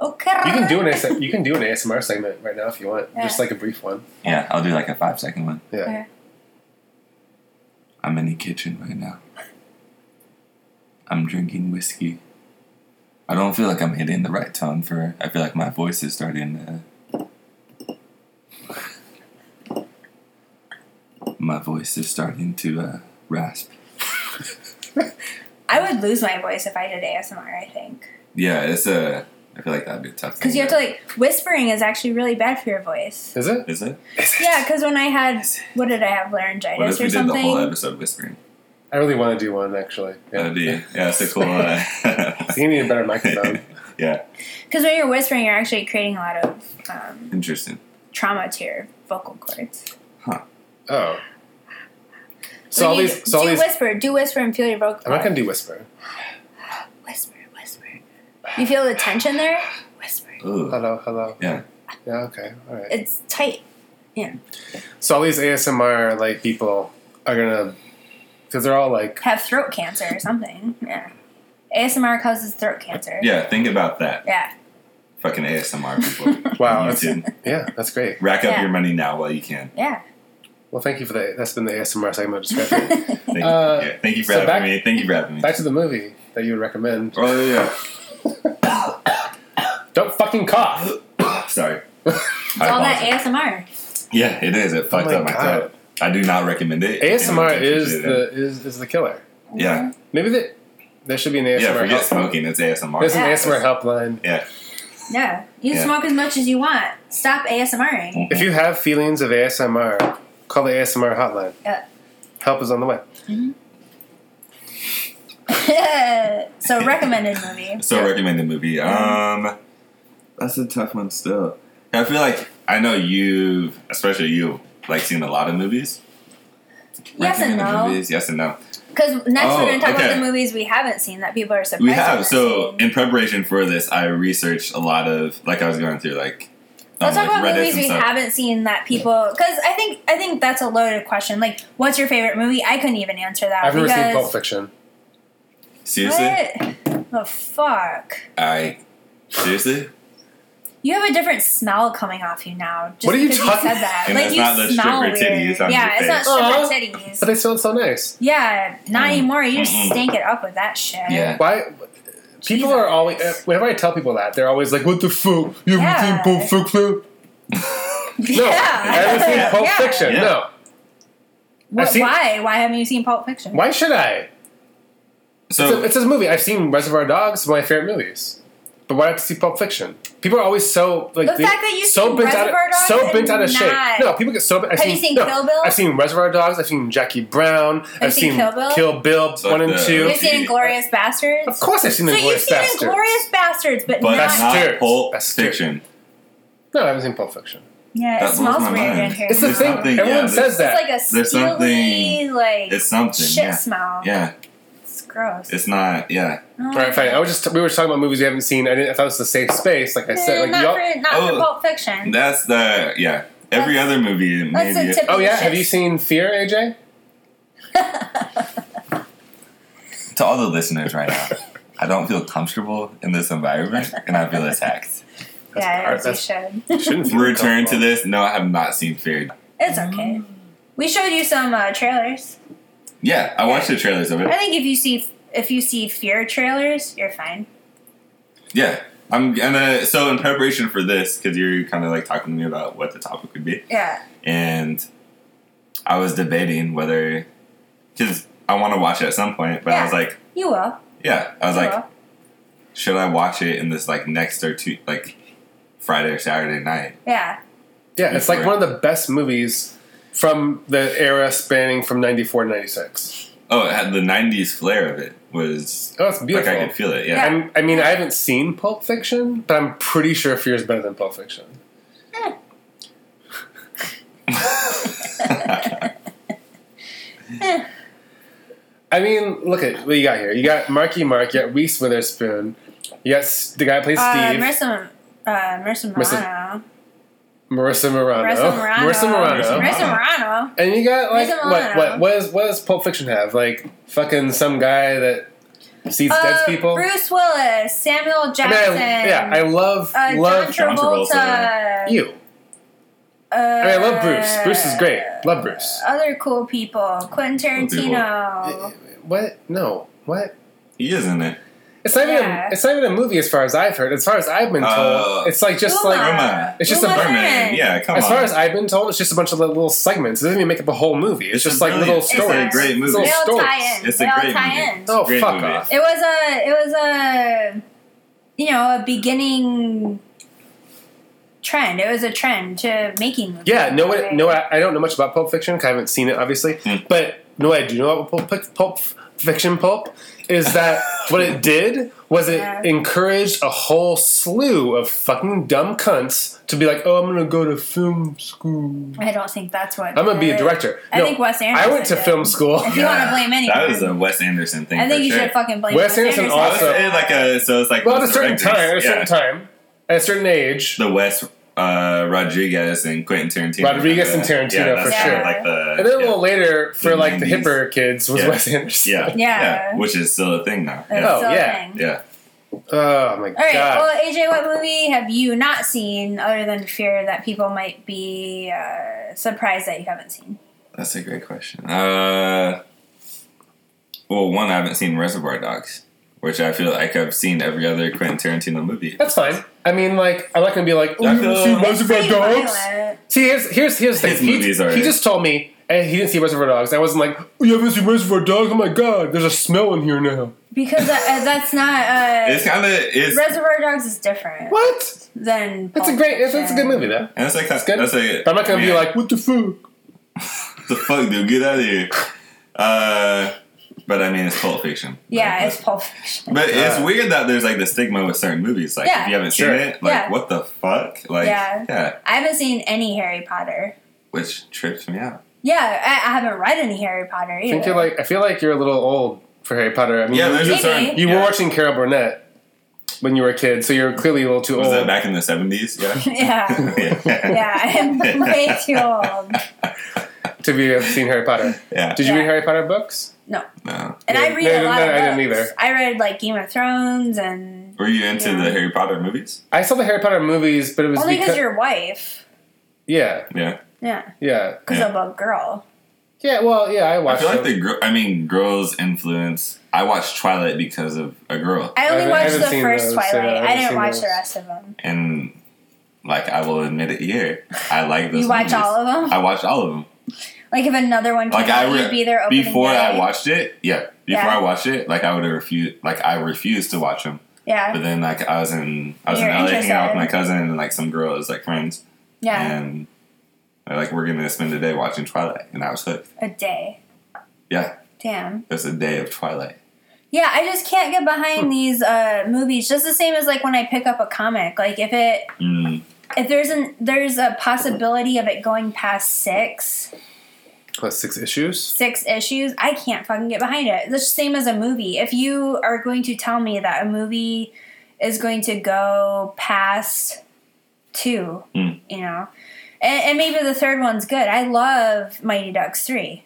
Okay.
You can do an AS- you can do an ASMR segment right now if you want, just like a brief one.
Yeah, I'll do like a five second one.
Yeah.
Okay.
I'm in the kitchen right now. I'm drinking whiskey. I don't feel like I'm hitting the right tone for. I feel like my voice is starting to. My voice is starting to uh, rasp.
I would lose my voice if I did ASMR. I think
Yeah, it's a. I feel like that'd be a tough.
because you have to
thing
like whispering is actually really bad for your voice.
Is it?
Is it?
Yeah, because when I had what did I have
What
laryngitis
if we
or
did the whole
something?
episode whispering?
I really want to do one actually. Yeah.
That'd be. Yeah, it's a cool. Uh,
So you need a better microphone.
yeah,
Because when you're whispering, you're actually creating a lot of um,
interesting.
trauma to your vocal cords.
Oh. So
When
all
you
these, so all
do
these.
whisper, do whisper, and feel your vocal.
I'm not
cords.
gonna do whisper.
Whisper, whisper. You feel the tension there? Whisper.
Ooh.
Hello, hello.
Yeah.
Yeah. Okay. All right.
It's tight.
So all these ASMR like people are gonna, because they're all like,
Have throat cancer or something. Yeah. ASMR causes throat cancer.
Yeah, think about that.
Yeah.
Fucking ASMR people.
wow,
You
that's,
can
yeah, that's great.
Rack up
Yeah.
your money now while you can.
Yeah.
Well, thank you for that. That's been the ASMR segment description.
Thank you,
Uh,
yeah, thank you for
so
having
back-
me. Thank you for having me.
Back to the movie that you would recommend.
oh yeah,
Don't fucking cough.
yeah. sorry.
It's all that ASMR.
yeah, it is. It fucked
Oh my
up my
God.
throat. I do not recommend it.
ASMR
And I
is
appreciate it.
the is, is the killer.
yeah
Maybe that there should be an ASMR.
yeah. Forget
help-
smoking. It's ASMR.
There's an
Yeah.
ASMR helpline.
Yeah.
Yeah. You
Yeah.
smoke as much as you want. Stop ASMRing.
If you have feelings of ASMR, call the ASMR hotline.
Yeah.
Help is on the way.
so recommended movie.
So
Yeah.
recommend the movie. Um, that's a tough one still. I feel like I know you've, especially you, like seen a lot of movies.
Yes and
Recommended
no.
Movies, yes and no.
Because next
Oh,
we're gonna talk about
okay.
the movies we haven't seen that people are surprised.
We have.
haven't
So
seen.
in preparation for this, I researched a lot of like I was going through like.
Let's
um,
talk
like
about
Reddits
movies
and
we
stuff.
haven't seen that people because I think I think that's a loaded question. Like, what's your favorite movie? I couldn't even answer that
I've never
because
seen Pulp Fiction.
Seriously,
what the fuck?
I seriously.
You have a different smell coming off you now. Just
What are you
because
talking-
said that.
And
like
that's
you
not the
smell
stripper
weird.
titties on
yeah,
your
it's
face.
not stripper
But
titties.
they smell so nice.
Yeah, not
Mm.
anymore. You just
Mm-mm.
stink it up with that shit.
Yeah.
Why? People are always. uh, Whenever I tell people that, they're always like, "What the fuck? You ever
Yeah.
seen Pulp Fiction?" No, I
Yeah.
haven't seen Pulp
Yeah.
Fiction.
Yeah.
No,
What,
seen-
why? Why haven't you seen Pulp Fiction?
why should I? It's
So
a, it's a movie. I've seen Reservoir Dogs, it's one of my favorite movies. But why do I have to see Pulp Fiction? People are always so like
The
they-
fact that you've
so
seen
bent out of,
Reservoir Dogs
so bent
and
out of shape.
not-
No, people get so. bent- I've
Have you seen
no,
Kill Bill?
I've seen Reservoir Dogs. I've seen Jackie Brown. I've
seen
seen
Kill Bill?
Kill Bill
like
one and
the-
two.
You've seen Inglorious Bastards.
Of course, I've seen the
So you've
Glorious
seen
Bastards.
Inglorious Bastards, but,
but
not.
that's
not
true.
Pulp
That's true.
Fiction.
No, I haven't seen Pulp Fiction.
yeah,
That
it
blows
smells
my
weird in
mind.
here.
It's the
There's
thing.
something- yeah,
Everyone
there's-
says
It's
that.
like a steely,
There's something-
like
It's something.
shit
yeah.
smell.
Yeah.
it's gross. Oh,
It's not. Yeah.
All right, Oh, fine. I was just we were talking about movies we haven't seen. I didn't. I thought it was a safe space. Like I said, like
not
y'all.
for, not for
Oh.
Pulp Fiction.
That's the. Yeah. Every
That's-
other movie. Maybe.
that's a tip-
Oh yeah, have you seen Fear, AJ?
to all the listeners right now, I don't feel comfortable in this environment, and I feel attacked.
yeah,
part-
yes, we
You
should.
Shouldn't feel
Return to
uncomfortable.
this. No, I have not seen Fear.
it's okay.
Mm.
We showed you some uh, trailers.
Yeah, I watched the trailers of
I
it.
think if you see if you see Fear trailers, you're fine.
Yeah, I'm gonna. So in preparation for this, because you're kind of like talking to me about what the topic would be,
Yeah,
and I was debating whether because I want to watch it at some point, but I was
Yeah. Uh-huh.
like,
you will.
yeah, I was
you
like,
will.
should I watch it in this like next or two like Friday or Saturday night?
Yeah,
Yeah, it's like
Before.
one of the best movies from the era spanning from '94 to '96.
Oh, it had the '90s flair of it was
Oh, it's beautiful.
like I could feel it.
Yeah.
Yeah,
I'm, I mean, I haven't seen Pulp Fiction, but I'm pretty sure Fear is better than Pulp Fiction. I mean, look at what you got here. You got Marky Mark. You got Reese Witherspoon. You got s- the guy who plays
uh,
Steve,
Marissa, uh, Marissa
Marissa-
Morano,
Marissa Morano,
Marissa Morano,
Marissa Morano.
Marissa Morano.
Marissa Morano.
And you got like
Marissa
what?
Morano.
What? What, is, what does Pulp Fiction have? Like fucking some guy that sees dead
Uh,
people.
Bruce Willis, Samuel
I mean,
Jackson.
I- yeah, I love
uh,
love
John
John
Travolta.
Travolta.
you.
Uh,
I mean, I love Bruce. Bruce is great. Love Bruce.
Other cool people, Quentin
Cool people.
Tarantino.
What? No. What?
he is in it.
It's not
Yeah.
even. It's not even a movie, as far as I've heard. As far as I've been told,
Uh,
it's like just
Uma.
like.
Uma.
It's just a
Uma
Berman,
Thurman.
Birdman. Yeah, come
As
on.
far as I've been told, it's just a bunch of li- little segments. It doesn't even make up a whole movie. It's,
a
just like little
brilliant-
stories.
It's a great movie.
It's
They all
stories.
tie in.
It's
they
a
all
great
tie
movie.
in.
Oh
Great
fuck
movie.
off!
It was a. It was a. You know, a beginning trend. It was a trend to making movies.
Yeah, no,
Right.
what, no, I, I don't know much about Pulp Fiction. 'cause I haven't seen it, obviously.
Hmm.
But no, I do know about Pulp, Fic- Pulp Fiction. Pulp is that what it did was it
Yeah.
encouraged a whole slew of fucking dumb cunts to be like, oh, I'm gonna go to film school.
I don't think that's what.
I'm gonna be a
did it.
director.
I
No,
think Wes Anderson.
I went to
did.
film school.
If you want to blame anyone,
That was a Wes Anderson thing.
I think
for
you
sure.
should fucking blame
Wes Anderson
I was
also-
saying like a so it's like
Well, at a
those
certain time, at a
directors,
certain
yeah.
time, at a certain age.
the Wes uh, Rodriguez and Quentin Tarantino.
Rodriguez and
Uh,
Tarantino,
yeah, that's
for
kind of
sure.
Like the,
and then a
yeah.
little later, for
The
like the
90s.
hipper kids, was
Yeah.
Wes Anderson.
yeah,
Yeah.
which is still a thing now.
That's
Yeah,
Oh,
still a
yeah.
thing.
yeah.
Oh my
All right.
god!
Well, AJ, what movie have you not seen other than Fear that people might be uh, surprised that you haven't seen?
that's a great question. Uh, well, one I haven't seen Reservoir Dogs, which I feel like I've seen every other Quentin Tarantino movie.
That's fine. I mean, like, I'm not gonna be like, oh,
I
you haven't
feel-
seen
It's
Reservoir
Pretty
Dogs?
violent.
See, here's here's here's the
His
thing. He,
movies are-
he just told me, and he didn't see Reservoir Dogs. I wasn't like, oh, you haven't seen Reservoir Dogs? Oh my god, there's a smell in here now.
Because that, uh, that's
It's
not. Uh,
kind of it's
Reservoir Dogs is different
What?
than.
That's a
Pulp
great. That's, that's a good
Fiction.
movie, though.
and it's like that's
good.
That's like
But I'm not gonna
I
be
mean,
like, what the fuck?
what the fuck, dude, get out of here. Uh, but I mean, it's Pulp Fiction.
Yeah,
Like,
it's Pulp Fiction.
But it's
God.
weird that there's like the stigma with certain movies. Like
uh, Yeah.
if you haven't
Sure.
seen it, like
Yeah.
what the fuck? Like
Yeah.
yeah.
I haven't seen any Harry Potter.
which trips me out.
Yeah, I, I haven't read any Harry Potter
I
either.
think you're like. I feel like you're a little old for Harry Potter. I mean,
Yeah,
you-
there's
you,
a certain.
you
yeah.
were watching Carol Burnett when you were a kid, so you're clearly a little too
Was
old.
that back in the seventies? Yeah.
yeah.
yeah.
Yeah, I am way too old.
to be have seen Harry Potter.
Yeah.
Did you
Yeah.
read Harry Potter books?
No.
No.
And
Yeah,
I read
no,
a
no,
lot
no,
of
I didn't
books.
either.
I read like Game of Thrones and
Were you into
Yeah.
the Harry Potter movies?
I saw the Harry Potter movies, but it was
only because
because
your wife.
yeah,
Yeah.
Yeah,
yeah.
because
Yeah.
of a girl.
Yeah, well, yeah, I
I
watched
feel like
it.
the gr- I mean girls influence. I watched Twilight because of a girl,
I only
haven't- I
watched
haven't
the
seen
first
those, yeah, I
Twilight.
haven't
I didn't
seen
watch
those.
the rest of them.
and like I will admit it here, I like those.
You watch
movies.
all of them?
I watched all of them.
Like if another one came
Like I
out,
re-
you'd be there opening
before
day.
I watched it. Yeah, before
Yeah.
I watched it, like I would have refused. Like I refused to watch them. But
Yeah,
then like I was in I was
You're
in LA hanging out
interested.
with my cousin and like some girls like friends
yeah,
and they're like we're gonna spend the day watching Twilight and I was hooked.
a day.
Yeah,
Damn.
it was a day of Twilight.
Yeah, I just can't get behind these uh, movies. Just the same as like when I pick up a comic. Like if it
Mm.
if there's an there's a possibility of it going past six
Plus six issues.
six issues, I can't fucking get behind it. It's the same as a movie. If you are going to tell me that a movie is going to go past two,
Mm.
you know, and, and maybe the third one's good. I love Mighty Ducks three.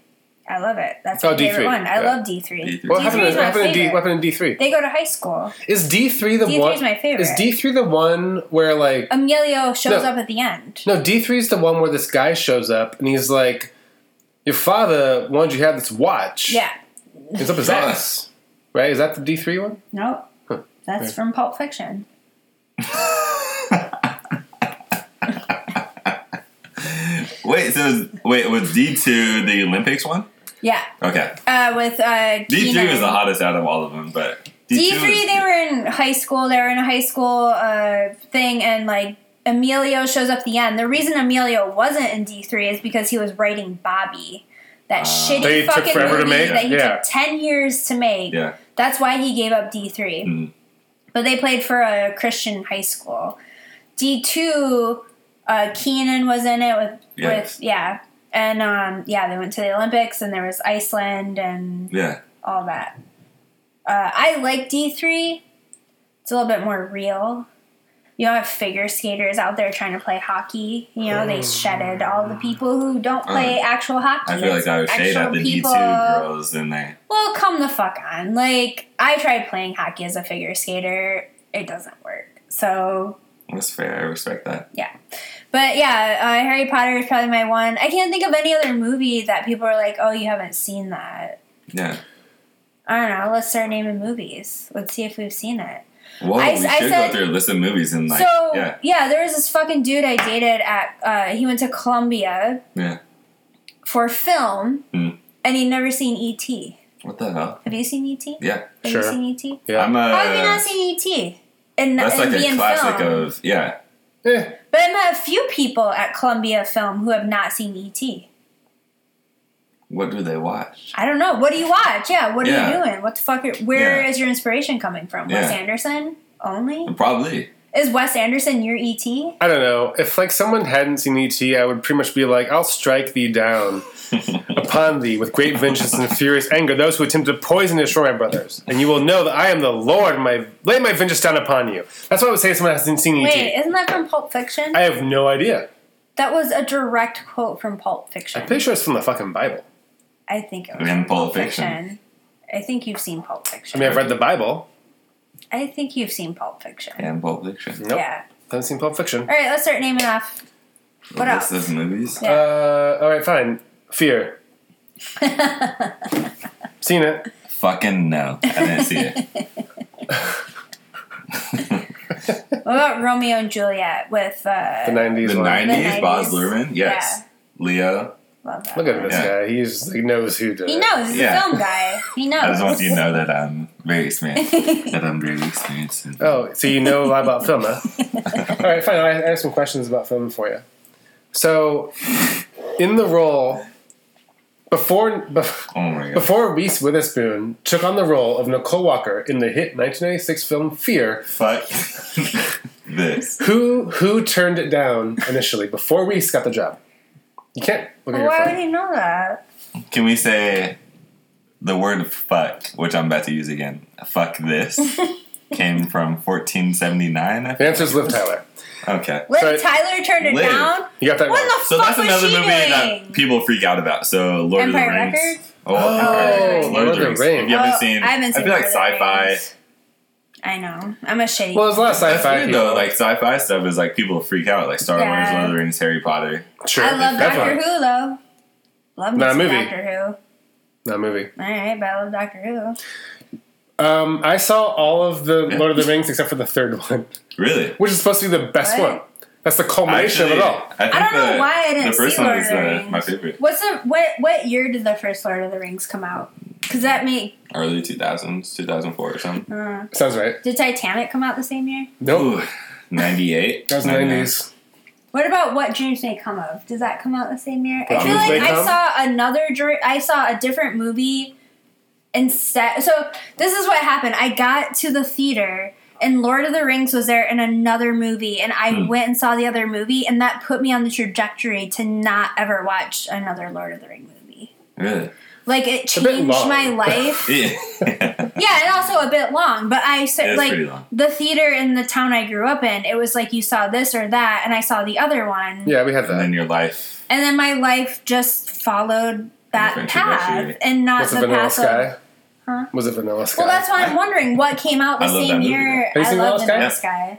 I love it. That's my
Oh, D3,
favorite one. I
yeah.
love D three.
D3.
What
D3
happened,
is
in,
my
what, happened in D,
favorite.
what happened in D3?
They go to high school.
Is D3 the
D3 is
one?
my favorite.
Is D3 the one where, like.
Emilio shows
No.
up at the end.
No, D3 is the one where this guy shows up and he's like, Your father wanted you to have this watch.
Yeah.
It's up his ass. Right? Is that the D3 one?
Nope. That's from Pulp Fiction.
Wait, so is, wait was D two the Olympics one?
Yeah.
Okay,
Uh, with uh,
D two
Keenan.
is the hottest out of all of them, but
D
D2
three,
is-
they were in high school. They were in a high school uh, thing, and like Emilio shows up at the end. The reason Emilio wasn't in D three is because he was writing Bobby, that
Uh,
shitty
They took
fucking
forever to
movie
make?
that he
Yeah.
took ten years to make.
yeah.
That's why he gave up D 3
Mhm.
But they played for a Christian high school. D two, uh, Keenan was in it with
Yes.
with yeah, and um, yeah, they went to the Olympics and there was Iceland and
Yeah,
all that. Uh, I like D three. It's a little bit more real. You don't have figure skaters out there trying to play hockey. You know, they shedded all the people who don't play actual hockey.
Uh-huh. I feel like
It's
I was shade
actual
at the D two
people.
girls and they
Well, come the fuck on. Like, I tried playing hockey as a figure skater. It doesn't work. So,
that's fair. I respect that.
but yeah, uh, Harry Potter is probably my one. I can't think of any other movie that people are like, oh, you haven't seen that.
Yeah.
I don't know. Let's start naming movies. Let's see if we've seen it.
Whoa,
I-
we should
I said-
go through a list of movies and like
so, yeah.
yeah,
there was this fucking dude I dated at, uh, he went to Columbia
yeah.
for film,
Mm.
and he'd never seen E.T.
What the hell?
Have you seen E.T.?
Yeah.
Have
Sure.
you seen E.T.?
Yeah.
I'm uh, a,
How have you not seen E.T.? And,
that's
and
like
be
a
in
classic uh,
film?
of yeah.
Eh.
But I met a few people at Columbia Film who have not seen E E.T.
What do they watch?
I don't know. What do you watch? Yeah, what are
Yeah.
you doing? What the fuck? Are, where is
Yeah.
your inspiration coming from? Wes
Yeah.
Anderson only?
Probably.
Is Wes Anderson your E
E
E.T.?
I don't know. If like someone hadn't seen ET, I would pretty much be like, "I'll strike thee down upon thee with great vengeance and furious anger those who attempt to poison and destroy my brothers, and you will know that I am the Lord. and My lay my vengeance down upon you." That's what I would say. If someone hasn't seen ET,
Wait, isn't that from Pulp Fiction?
I have no idea.
that was a direct quote from Pulp Fiction.
I'm pretty sure it's from the fucking Bible.
I think it was
In
from Pulp
Pulp Fiction.
Fiction. I think you've seen Pulp
I
Fiction.
mean, I've read the Bible.
I think you've seen Pulp Fiction.
And Pulp Fiction.
Nope,
Yeah.
haven't seen Pulp Fiction.
All right, let's start naming off. What
a
else?
list of movies.
Yeah.
Uh, all right, fine. Fear. seen it.
Fucking no. I didn't see it.
What about Romeo and Juliet with uh,
The '90s.
The
one.
nineties, Boz
90s.
Luhrmann, yes. Leo.
love that.
Look at this
Yeah.
guy. He's he knows who did
He
it.
knows. He's
Yeah.
a film guy. He knows.
I just want you to know that I'm very experienced. that I'm very experienced. in-
Oh, so you know a lot about film, huh? All right, fine. I I have some questions about film for you. So, in the role, before bef-
Oh my god.
before Reese Witherspoon took on the role of Nicole Walker in the hit 1996 film Fear,
Fuck this.
who who turned it down initially before Reese got the job? You can't look at your
Why
phone.
would he know that?
Can we say the word fuck, which I'm about to use again? Fuck this. Came from 1479, I
the
think.
answer is Liv Tyler.
Okay.
Liv
Sorry.
Tyler turned it
Liv.
down.
You got that
What
right.
the
So
fuck
that's
was
another
she
movie
doing?
that people freak out about. So Lord of the
Empire
Rings.
Records?
Oh,
Oh,
Empire Records. Lord, of the Rings. If you
Oh,
haven't seen,
I haven't seen
I feel
Lord
like
of the
sci-fi.
Rings. I know. I'm a shitty.
Well, there's a lot of
That's
sci-fi.
weird though.
people.
Like sci-fi stuff is like people freak out. Like Star
Yeah.
Wars, Lord of the Rings, Harry Potter.
sure,
I love
that's
Doctor
fine.
Who though. Love me
Not a
some
movie.
Doctor
That movie.
Who. All right, but I love Doctor Who.
Um, I saw all of the Lord of the Rings except for the third one,
Really?
which is supposed to be the best
What?
one. That's the culmination of it all.
think
I don't know
the-
why I didn't
The first
see
one
Lord
is
of the
uh,
Rings.
my favorite.
What's the what? What year did the first Lord of the Rings come out? Because that made
Early 2000s, 2004 or something.
uh,
Sounds right.
did Titanic come out the same year?
Nope.
Ooh, 98.
That was the 90s.
What about what dreams may come of? Does that come out the same year? I
What
feel
Dreams May
like I
Come?
saw another. dr- I saw a different movie instead. So this is what happened. I got to the theater and Lord of the Rings was there in another movie, and I
Hmm.
went and saw the other movie, and that put me on the trajectory to not ever watch another Lord of the Ring movie.
Really?
Like it
a bit
changed my
long.
life.
Yeah.
yeah, and also a bit long. But I said
It's
like
pretty long.
the theater in the town I grew up in, it was like you saw this or that, and I saw the other one.
Yeah, we had
And then
that.
your life.
And then my life just followed that
Different
path
trajectory.
and not
Was it
the
Vanilla
path
Sky?
of. Huh?
Was it Vanilla Sky?
Well, that's why I'm
I-
wondering what came out the
I love that
same
movie,
year.
though. Have
I
you
love
seen
Vanilla
Vanilla
Sky.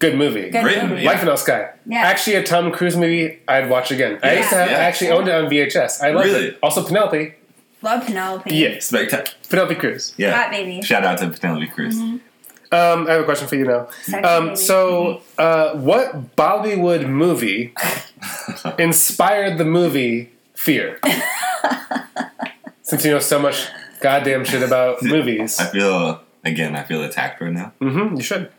Good movie.
Good
Great
movie.
movie.
Life in El Sky.
Yeah.
Actually, a Tom Cruise movie I'd watch again. I used to
Yeah.
have,
Yeah.
I actually owned it on VHS. I loved
Really?
it. Also, Penelope.
Love Penelope.
Yeah.
Spectac-
Penelope Cruz.
Yeah.
Hot baby.
Shout out to Penelope Cruz.
Mm-hmm.
Um, I have a question for you now.
Sexy
Um,
baby.
so, uh, what Bollywood movie inspired the movie Fear? Since you know so much goddamn shit about movies,
I feel, again, I feel attacked right now.
hmm you should.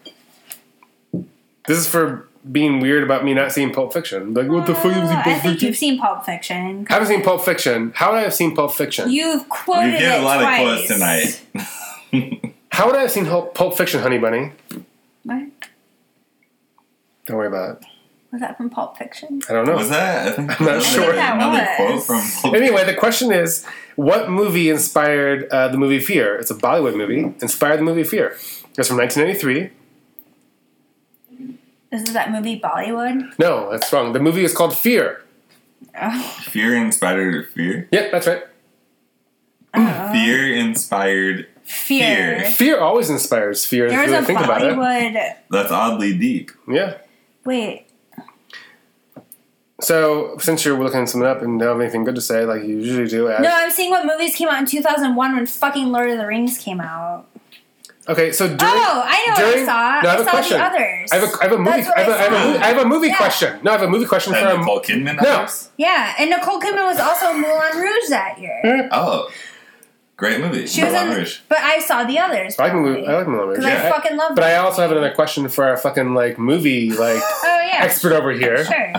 This is for being weird about me not seeing Pulp Fiction. Like, what the fuck
Uh,
was in
I
Pulp
think
Fiction?
you've seen Pulp Fiction.
I haven't seen Pulp Fiction. How would I have seen Pulp Fiction?
You've quoted
You get
it
a lot
twice.
of quotes tonight.
How would I have seen Pulp Pulp Fiction, Honey Bunny?
What?
Don't worry about it.
Was that from Pulp Fiction?
I don't know.
Was that? I think
I'm not sure. I think
that
Another
was.
quote from
Anyway, the question is, what movie inspired uh, the movie Fear? It's a Bollywood movie. Inspired the movie Fear. It's from 1993.
Is it that movie Bollywood?
No, that's wrong. The movie is called Fear.
Oh,
Fear inspired fear.
Yep, that's right.
Fear inspired.
fear.
Fear.
Fear always inspires fear.
There
if
was
you
a
really think about
Bollywood.
That's oddly deep.
it. Yeah.
Wait,
So since you're looking something up and don't have anything good to say, like you usually do, add,
No, I'm seeing what movies came out in 2001 when fucking Lord of the Rings came out.
okay. So during,
Oh, I know
during-
what I saw.
no, I
I,
have a
saw
question.
the others.
I have a, I have a movie.
That's what
I have a, I have a
saw.
movie, I have a movie
Yeah.
question. No, I have a movie question
And
from.
Nicole Kidman.
No.
Yeah, and Nicole Kidman was also in Moulin Rouge that year.
Mm.
Oh, great movie.
She was
Moulin
in,
Rouge.
but I saw the others.
I can.
probably.
I like Moulin Rouge.
Because I
Yeah.
fucking love
But I
them.
also have another question for our fucking like movie like
Oh yeah,
expert over here.
sure.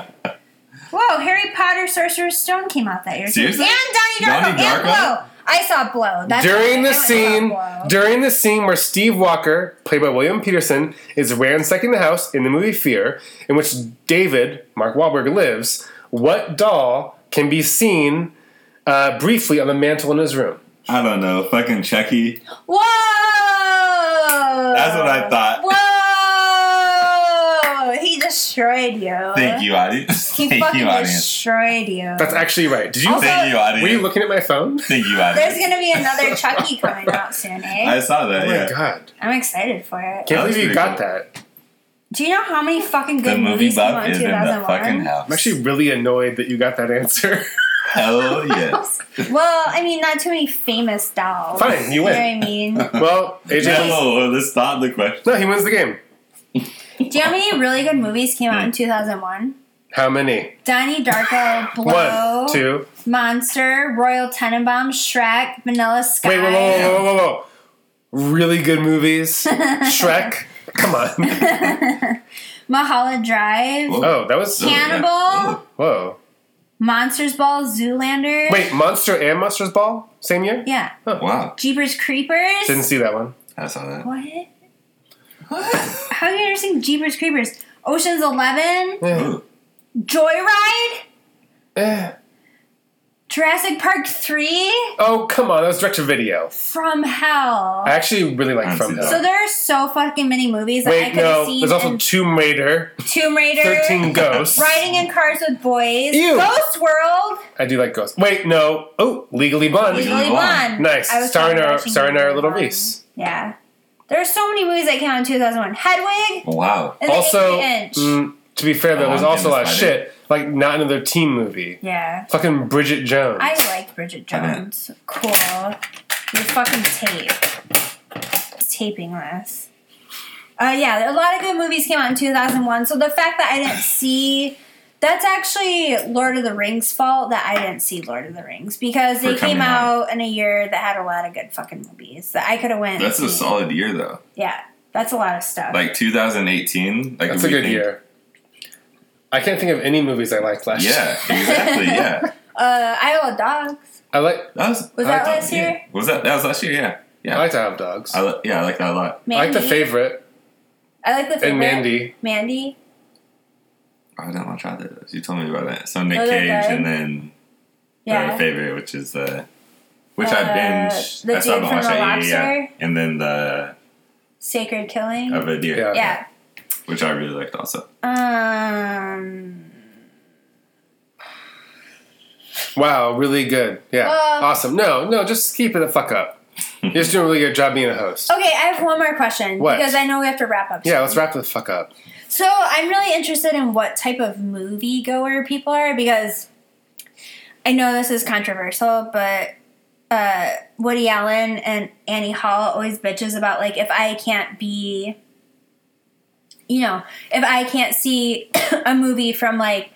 Whoa, Harry Potter, Sorcerer's Stone came out that year. too.
Seriously?
And Donnie Darko,
Donnie
and
Darko?
Blow. I saw Blow. That's
during
why
the
I went
scene,
saw Blow.
during the scene where Steve Walker, played by William Peterson, is ransacking the house in the movie Fear, in which David Mark Wahlberg lives, what doll can be seen uh, briefly on the mantle in his room?
I don't know. Fucking Chucky.
Whoa!
That's what I thought.
Whoa! He destroyed you.
Thank you, audience.
He
Thank
fucking
you, audience.
destroyed you.
That's actually right. Did you?
Also-
Thank you,
were you
audience.
looking at my phone?
Thank you,
There's
audience.
gonna be another Chucky coming out soon,
I
eh?
saw that.
Oh my
yeah.
god!
I'm excited for it.
Can't
That was
believe you
pretty
got
cool.
that.
Do you know how many fucking
The
good
movie
movies came
buff
out in
is in the fucking
2001?
house.
I'm actually really annoyed that you got that answer.
hell yes.
Well, I mean, not too many famous dolls.
Fine, you
You know what
win.
I mean? Do
Well, AJ.
no, let's stop the question.
No, he wins the game.
you know how many really good movies came out in 2001?
How many?
Donnie Darko, Blow,
One, two.
Monster, Royal Tenenbaum, Shrek, Vanilla Sky.
Wait, whoa, whoa, whoa, whoa, whoa, whoa. Really good movies. Shrek. Come on.
Mahala Drive,
Whoa.
Oh, that was.
Yeah.
Cannibal,
Oh.
Whoa.
Monsters Ball, Zoolander.
Wait, Monster and Monsters Ball? Same year?
Yeah.
Wow,
Jeepers Creepers.
Didn't see that one.
I saw that.
what?
What?
How have you ever seen Jeepers Creepers? Ocean's Eleven,
Eh.
Ooh.
Joyride,
Eh.
Jurassic Park 3,
Oh, come on. That was direct to video.
From Hell.
I actually really like
I
From
haven't seen
Hell.
so there are so fucking many movies that I
Wait,
could have
no.
seen.
There's also
and
Tomb Raider,
Tomb Raider,
13 Ghosts.
Riding in Cars with Boys,
Ew.
Ghost World,
I do like Ghosts. Wait, no. Oh, Legally Blonde.
Legally-
Legally
Blonde.
Blonde.
Nice.
I was
Starring
probably
our-
watching
starring our
Legally
little
Blonde.
Reese.
Yeah. There are so many movies that came out in 2001. Hedwig
Wow.
and
Also,
the Eighth Inch.
mm, to be fair though,
Oh,
there's
I'm
also a lot of
devastated.
shit. Like not another teen movie.
Yeah.
Fucking Bridget Jones.
I like Bridget
I know.
Jones. Cool. Your fucking tape. It's taping this. Uh, yeah, a lot of good movies came out in 2001. So the fact that I didn't see. That's actually Lord of the Rings' fault that I didn't see Lord of the Rings because they
For
came
coming out.
out in a year that had a lot of good fucking movies that I could have went. and
That's a
seen.
solid year though.
Yeah, that's a lot of stuff.
Like 2018. Like
That's
if
a
we
good
think-
year. I can't think of any movies I liked last
Yeah,
year.
exactly. Yeah,
uh, Iowa Dogs.
I like
that was.
Was
I
that
liked
last year?
yeah. Was that that was last year? Yeah,
I
yeah.
like to have dogs.
I
I,
li- yeah, I like that a lot.
Mandy.
like the favorite
I like the favorite.
and Mandy.
Mandy.
Oh, I don't want to try that. You told me about that. So Nick
Oh, that
Cage
guy?
and then
Yeah.
the favorite, which is the which
Uh,
I binge.
the
I still
dude
haven't
from
watched
The
that. Yeah, yeah, yeah.
Lobster?
And then the
Sacred Killing.
of a deer,
Yeah.
yeah.
which I really liked also.
Um.
Wow, really good. Yeah.
Uh,
awesome. No, no, just keep it the fuck up. You're just doing a really good job being a host.
Okay, I have one more question
What?
because I know we have to wrap up.
Yeah,
soon.
let's wrap the fuck up.
So I'm really interested in what type of movie goer people are because I know this is controversial, but uh, Woody Allen and Annie Hall always bitches about like if I can't be, you know, if I can't see a movie from like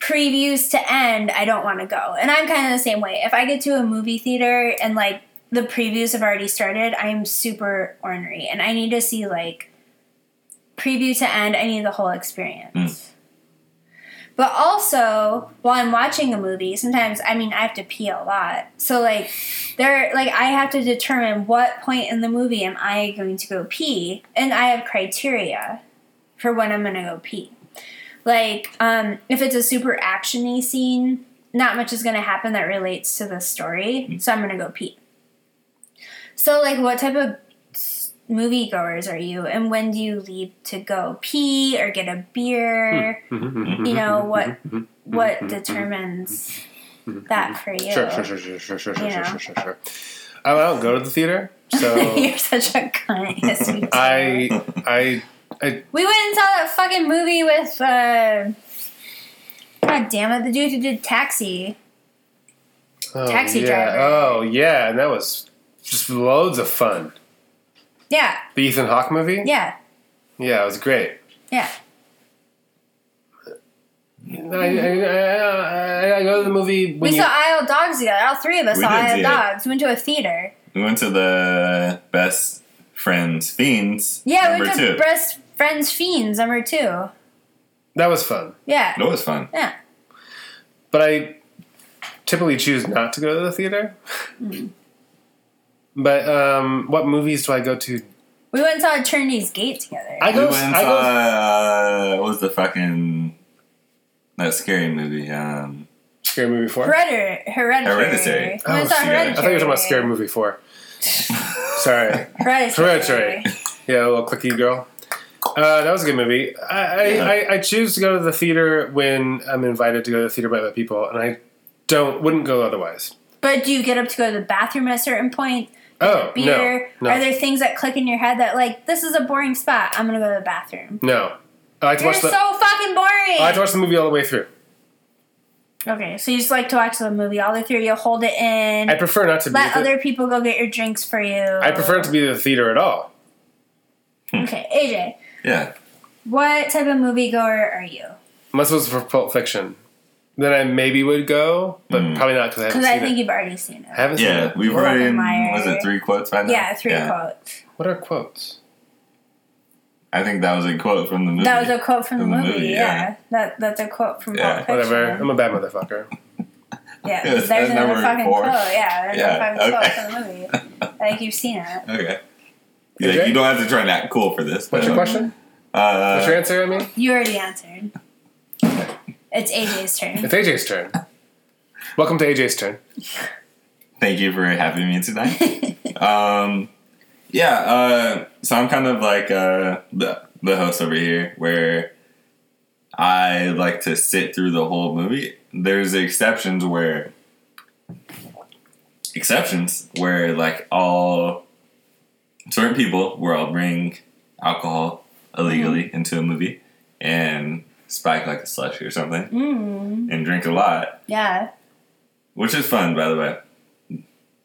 previews to end, I don't want to go. And I'm kind of the same way. If I get to a movie theater and like the previews have already started, I'm super ornery and I need to see like preview to end, I need the whole experience.
Mm.
But also, while I'm watching a movie, sometimes I mean I have to pee a lot. So like there like I have to determine what point in the movie am I going to go pee and I have criteria for when I'm going to go pee. Like um if it's a super actiony scene, not much is going to happen that relates to the story, so I'm going to go pee. So like what type of moviegoers are you and when do you leave to go pee or get a beer you know what
Hmm.
what determines that for you
Sure, sure, sure, sure, sure, sure, sure,
You know.
sure, sure, sure. I don't go to the theater, so
you're such a cunt yes, we, do.
I, I, I.
we went and saw that fucking movie with uh god damn it the dude who did taxi
Oh,
Taxi
yeah.
driver.
Oh yeah, and that was just loads of fun.
yeah
The Ethan Hawke movie.
yeah
Yeah, it was great.
yeah
I, I, I, I- I go to the movie when
we
you.
saw Isle Dogs together. All three of us
We
saw
did
Isle
see it.
Dogs. We went to a theater.
We went to the best friends fiends.
Yeah,
number
we went
two.
to Best Friends Fiends number two.
that was fun,
Yeah,
That was fun.
yeah.
but I typically choose not to go to the theater.
Mm-hmm.
But um, what movies do I go to?
We went and saw Eternity's Gate together.
I
We
go.
went and
I
saw
go.
uh, what was the fucking that scary movie? Um,
Scary movie four.
Hereditor- hereditary.
Hereditary.
We went and saw
Oh,
I
scary.
thought you were talking about Scary
Hereditary.
Movie four. Sorry. Hereditary. Yeah, a little clicky girl. Uh, that was a good movie. I, I,
Yeah.
I, I choose to go to the theater when I'm invited to go to the theater by other people, and I don't wouldn't go otherwise.
But do you get up to go to the bathroom at a certain point?
Oh
Beer?
no,
Are
no,
there things that click in your head that like this is a boring spot? I'm gonna go to the bathroom.
no. I like to
You're
watch
so
the
fucking
Oh,
boring.
I like to watch the movie all the way through.
okay, so you just like to watch the movie all the way through. You hold it in.
I prefer not to be.
let
the-
other people go get your drinks for you.
I prefer not to be at the theater at all.
Okay, AJ,
yeah,
what type of moviegoer are you?
Unless it was for Pulp Fiction, then I maybe would go, but
Mm.
probably not because I haven't
Because
seen
I think
it.
you've already seen
I
it.
haven't seen
yeah.
it.
We've
You're
already
welcome, Meyer.
was it three quotes by now?
Yeah, three quotes.
What are quotes?
I think that was a quote from the movie.
That was a quote from the
From the
movie.
movie,
yeah.
yeah.
that that's a quote from
Yeah.
Pulp Fiction.
Whatever. I'm a bad motherfucker.
Yeah,
It
there's
was- that's
another
number
fucking
four.
quote. Yeah, there's
Yeah,
another fucking quote
okay.
from the movie. I think you've seen it.
okay. Yeah,
Okay.
you don't have to try and act cool for this.
What's
but,
your
um,
question?
Uh,
What's your answer? I mean,
You already answered. It's AJ's turn.
it's AJ's turn. Welcome to AJ's turn.
Thank you for having me tonight. um, yeah, uh, so I'm kind of like uh, the the host over here, where I like to sit through the whole movie. There's exceptions where exceptions where like all certain
Mm-hmm.
people where I'll bring alcohol illegally into a movie, and spike like a slushie or something
Mm,
and drink a lot,
yeah.
which is fun, by the way.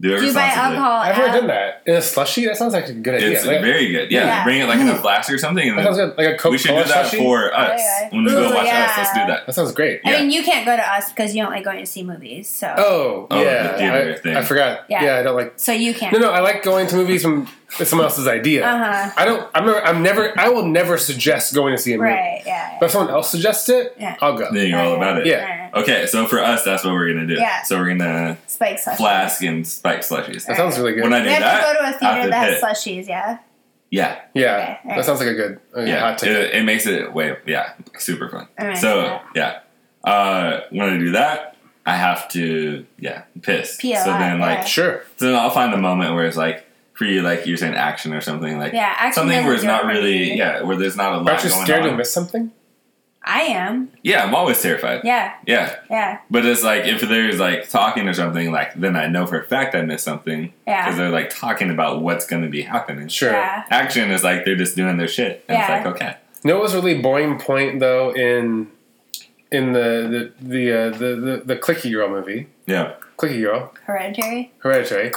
Do it
Do you buy
responsibly.
alcohol?
I've
at-
never done that. In a slushie? That sounds like a good idea.
It's
like,
very good. Yeah,
Yeah.
bring it like in a flask or something, and
that sounds
then
good. Like a Coke
we should do that
slushie?
for us
yeah.
when we
Ooh,
go watch
yeah.
us. Let's do that.
That sounds great.
I
Yeah.
mean, you can't go to us because you don't like going to see movies. So,
Oh,
Oh,
yeah.
the theater
I,
thing.
I forgot.
Yeah.
Yeah. I don't like.
so you can't.
No, no, I like going to movies from with someone else's idea.
Uh-huh.
I don't. I'm never. I'm never. I will never suggest going to see a movie.
Right? Yeah.
But if someone else suggests it,
Yeah.
I'll go.
Then you're all about it.
Yeah.
Okay, so for us, that's what we're gonna do.
Yeah.
So we're gonna
Spike slushies.
flask and spike slushies.
That sounds really good.
When I
We
do
have
that,
to go to a
I have
theater
to
that has
hit-
slushies. Yeah.
yeah,
Yeah,
Okay, alright.
that sounds like a good, a good
yeah,
hot ticket.
it, it makes it way yeah super fun.
Alright,
so
yeah.
yeah, uh, when I do that, I have to yeah piss.
Pee a
so
lot,
then like
yeah.
Sure.
so then I'll find a moment where it's like for you like you're saying action or something like
Yeah, action
something where
doesn't do
it's
it
not
for
really
me.
yeah where there's not a lot
Aren't you
going
scared
on.
you'll miss something?
I am.
Yeah, I'm always terrified.
Yeah.
yeah,
Yeah.
But it's like if there's like talking or something, like then I know for a fact I missed something
Yeah.
because they're like talking about what's going to be happening.
Sure.
Yeah.
Action is like they're just doing their shit, and
Yeah.
it's like okay,
You know what was a really boring point though in in the the the uh, the, the, the Clicky Girl movie,
yeah,
Clicky Girl,
Hereditary.
Hereditary,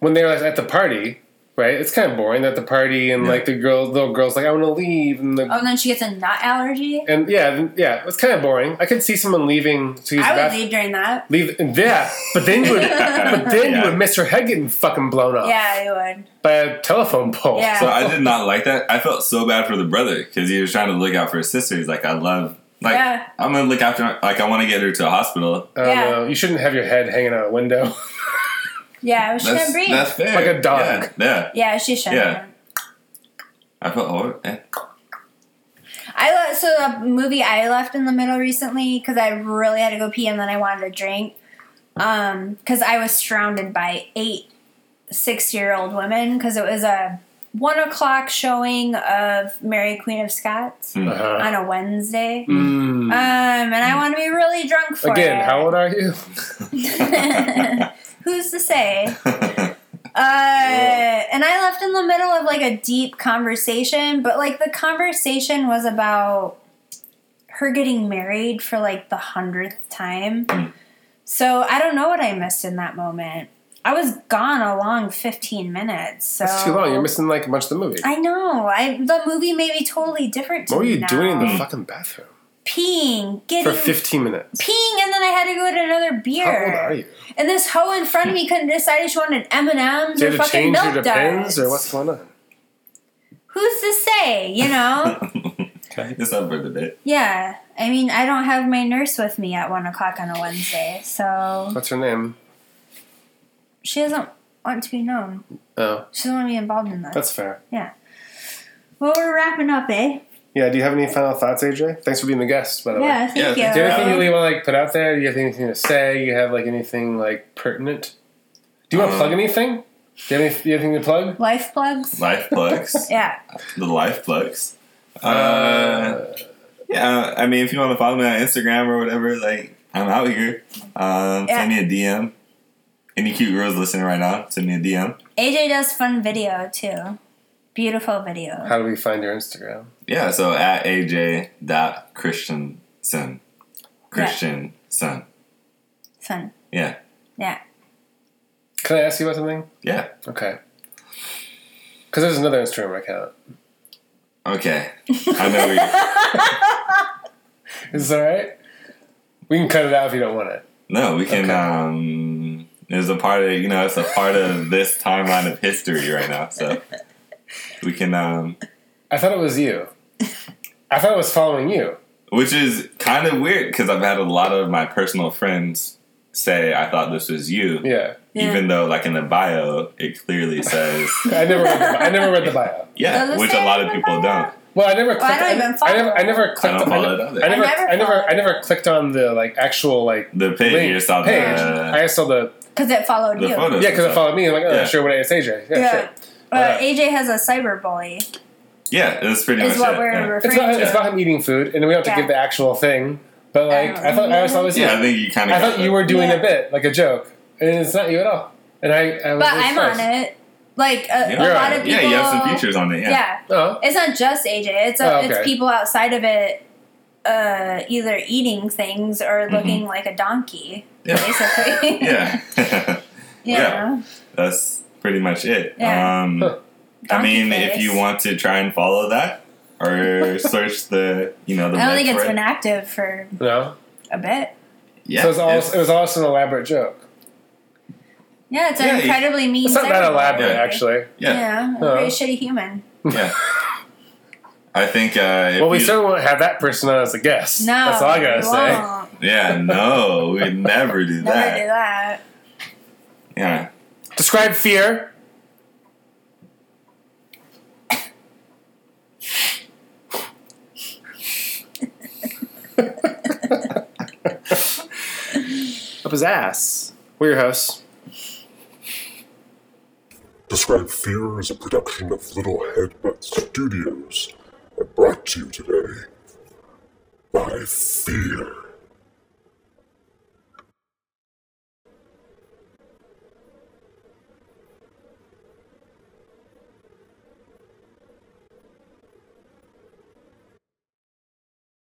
when they were like, at the party. Right, it's kind of boring at the party, and
Yeah.
like the girl, little girl's like, "I want to leave," and the
Oh, and then she gets a nut allergy.
and yeah, th- yeah, it's kind of boring. I could see someone leaving to use
I
the
would
bathroom.
leave during that.
Leave, yeah, but then you would, but then
Yeah.
you would miss her head getting fucking blown off
Yeah, I would.
by a telephone pole.
Yeah.
So I did not like that. I felt so bad for the brother because he was trying to look out for his sister. He's like, I love, like
Yeah.
I'm gonna look after, her- like I want to get her to a hospital.
I don't
Yeah.
know. You shouldn't have your head hanging out a window.
Yeah, she
That's,
shouldn't breathe.
that's fair.
Like a dog.
Yeah, yeah.
yeah, she shouldn't.
Yeah. I felt horrible. Eh.
I left, so a movie I left in the middle recently because I really had to go pee and then I wanted a drink. Um, because I was surrounded by eight six year old women because it was a one o'clock showing of Mary Queen of Scots
Mm.
Uh-huh.
on a Wednesday.
Mm.
Um, and I want to be really drunk for
Again,
it.
how old are you?
Who's to say? Uh, and I left in the middle of like a deep conversation, but like the conversation was about her getting married for like the hundredth time.
Hmm.
Mm.
So I don't know what I missed in that moment. I was gone a long fifteen minutes. So
That's too long. You're missing like a bunch of the movie.
I know. I the movie may be totally different. To
What were
me
you
now.
doing in the fucking bathroom
peeing? Getting
for 15 minutes?
peeing, and then I had to go to another beer.
How old are you?
And this hoe in front of me couldn't decide if she wanted M and M's
Do
or
you have to
fucking
change
milk
your
duds.
depends or what's going on?
Who's to say? You know?
It's up for the bit.
yeah. I mean, I don't have my nurse with me at one o'clock on a Wednesday, so
What's her name?
she doesn't want to be known.
Oh,
She doesn't want to be involved in this.
that's fair.
well, we're wrapping up, eh?
Yeah. Do you have any final thoughts, AJ? Thanks for being the guest, by the way.
Yeah. Thank
Yeah,
Do you have
you.
anything you really want to like put out there? Do you have anything to say? You have like anything like pertinent? Do you want to
Um,
plug anything? Do you have, any, do you have anything to plug?
Life plugs.
Life plugs.
Yeah.
the life plugs. Uh, yeah, I mean, if you want to follow me on Instagram or whatever, like I'm out here. Um, Send me a DM. Any cute girls listening right now, send me a DM.
AJ does fun video too. Beautiful video.
How do we find your Instagram?
Yeah, so at aj dot Christiansen, Christiansen.
Fun.
Yeah,
Yeah.
Can I ask you about something?
yeah.
Okay. Because there's another Instagram account.
Okay, I know we.
Is this all right? We can cut it out if you don't want it.
No, we can.
Okay.
um There's a part of you know it's a part of this timeline of history right now, so we can. um
I thought it was you. I thought it was following you.
Which is kind of weird because I've had a lot of my personal friends say I thought this was you,
Yeah.
Yeah.
even though like in the bio it clearly says
I never read the, I never read the bio.
yeah,
Does it
which
say
a lot
in
of
the
people
bio?
don't.
Well, I never clicked
I don't even follow
I never I never
I
clicked
don't follow
I
it
never I never
I
either.
never
I never, I
follow.
never clicked on the like actual like
The page
link
you saw
page.
the,
I saw the
Because it followed
the
you.
photos.
yeah because it followed me. I'm like oh
Yeah.
sure what it's AJ yeah,
Yeah.
sure.
Uh,
Uh,
AJ has a cyber bully.
Yeah, that's pretty
Is
much
what
it.
we're
yeah.
It's
referring
about
to.
it's about him eating food and we don't have to
Yeah.
give the actual thing. But like
Um,
I thought I always thought it was you.
yeah, I think you kind of.
I thought you were doing
Yeah.
a bit, like a joke, and it's not you at all. And I, I was
But I'm on it. Like a, a
Yeah.
lot of people.
Yeah, you have some features on it. Yeah,
Yeah.
Oh,
It's not just AJ. It's a,
Oh, okay.
it's people outside of it uh, either eating things or
Mm-hmm.
looking like a donkey,
Yeah.
basically.
yeah.
You
Yeah.
know?
That's pretty much it.
Yeah.
Um,
Huh.
I
Donkey
mean, if
face.
you want to try and follow that or search the, you know, the.
I don't think
net
it's
for it.
been active for
No,
a bit.
Yeah.
so it's also, it
it's-
was also an elaborate joke.
Yeah, it's
Yeah,
an
you-
incredibly mean.
It's not that
ceremony.
elaborate,
Yeah.
actually. Oh.
Yeah,
yeah.
a
No.
very shitty human.
Yeah. I think. Uh, if
Well, we
you-
certainly won't have that person on as a guest.
No,
that's all I gotta
we
say.
won't.
Yeah, no, we would never do
Never do that.
that. Yeah.
Describe fear. Up his ass. We're your hosts.
Describe Fear is a production of Little Headbutt Studios and brought to you today by Fear.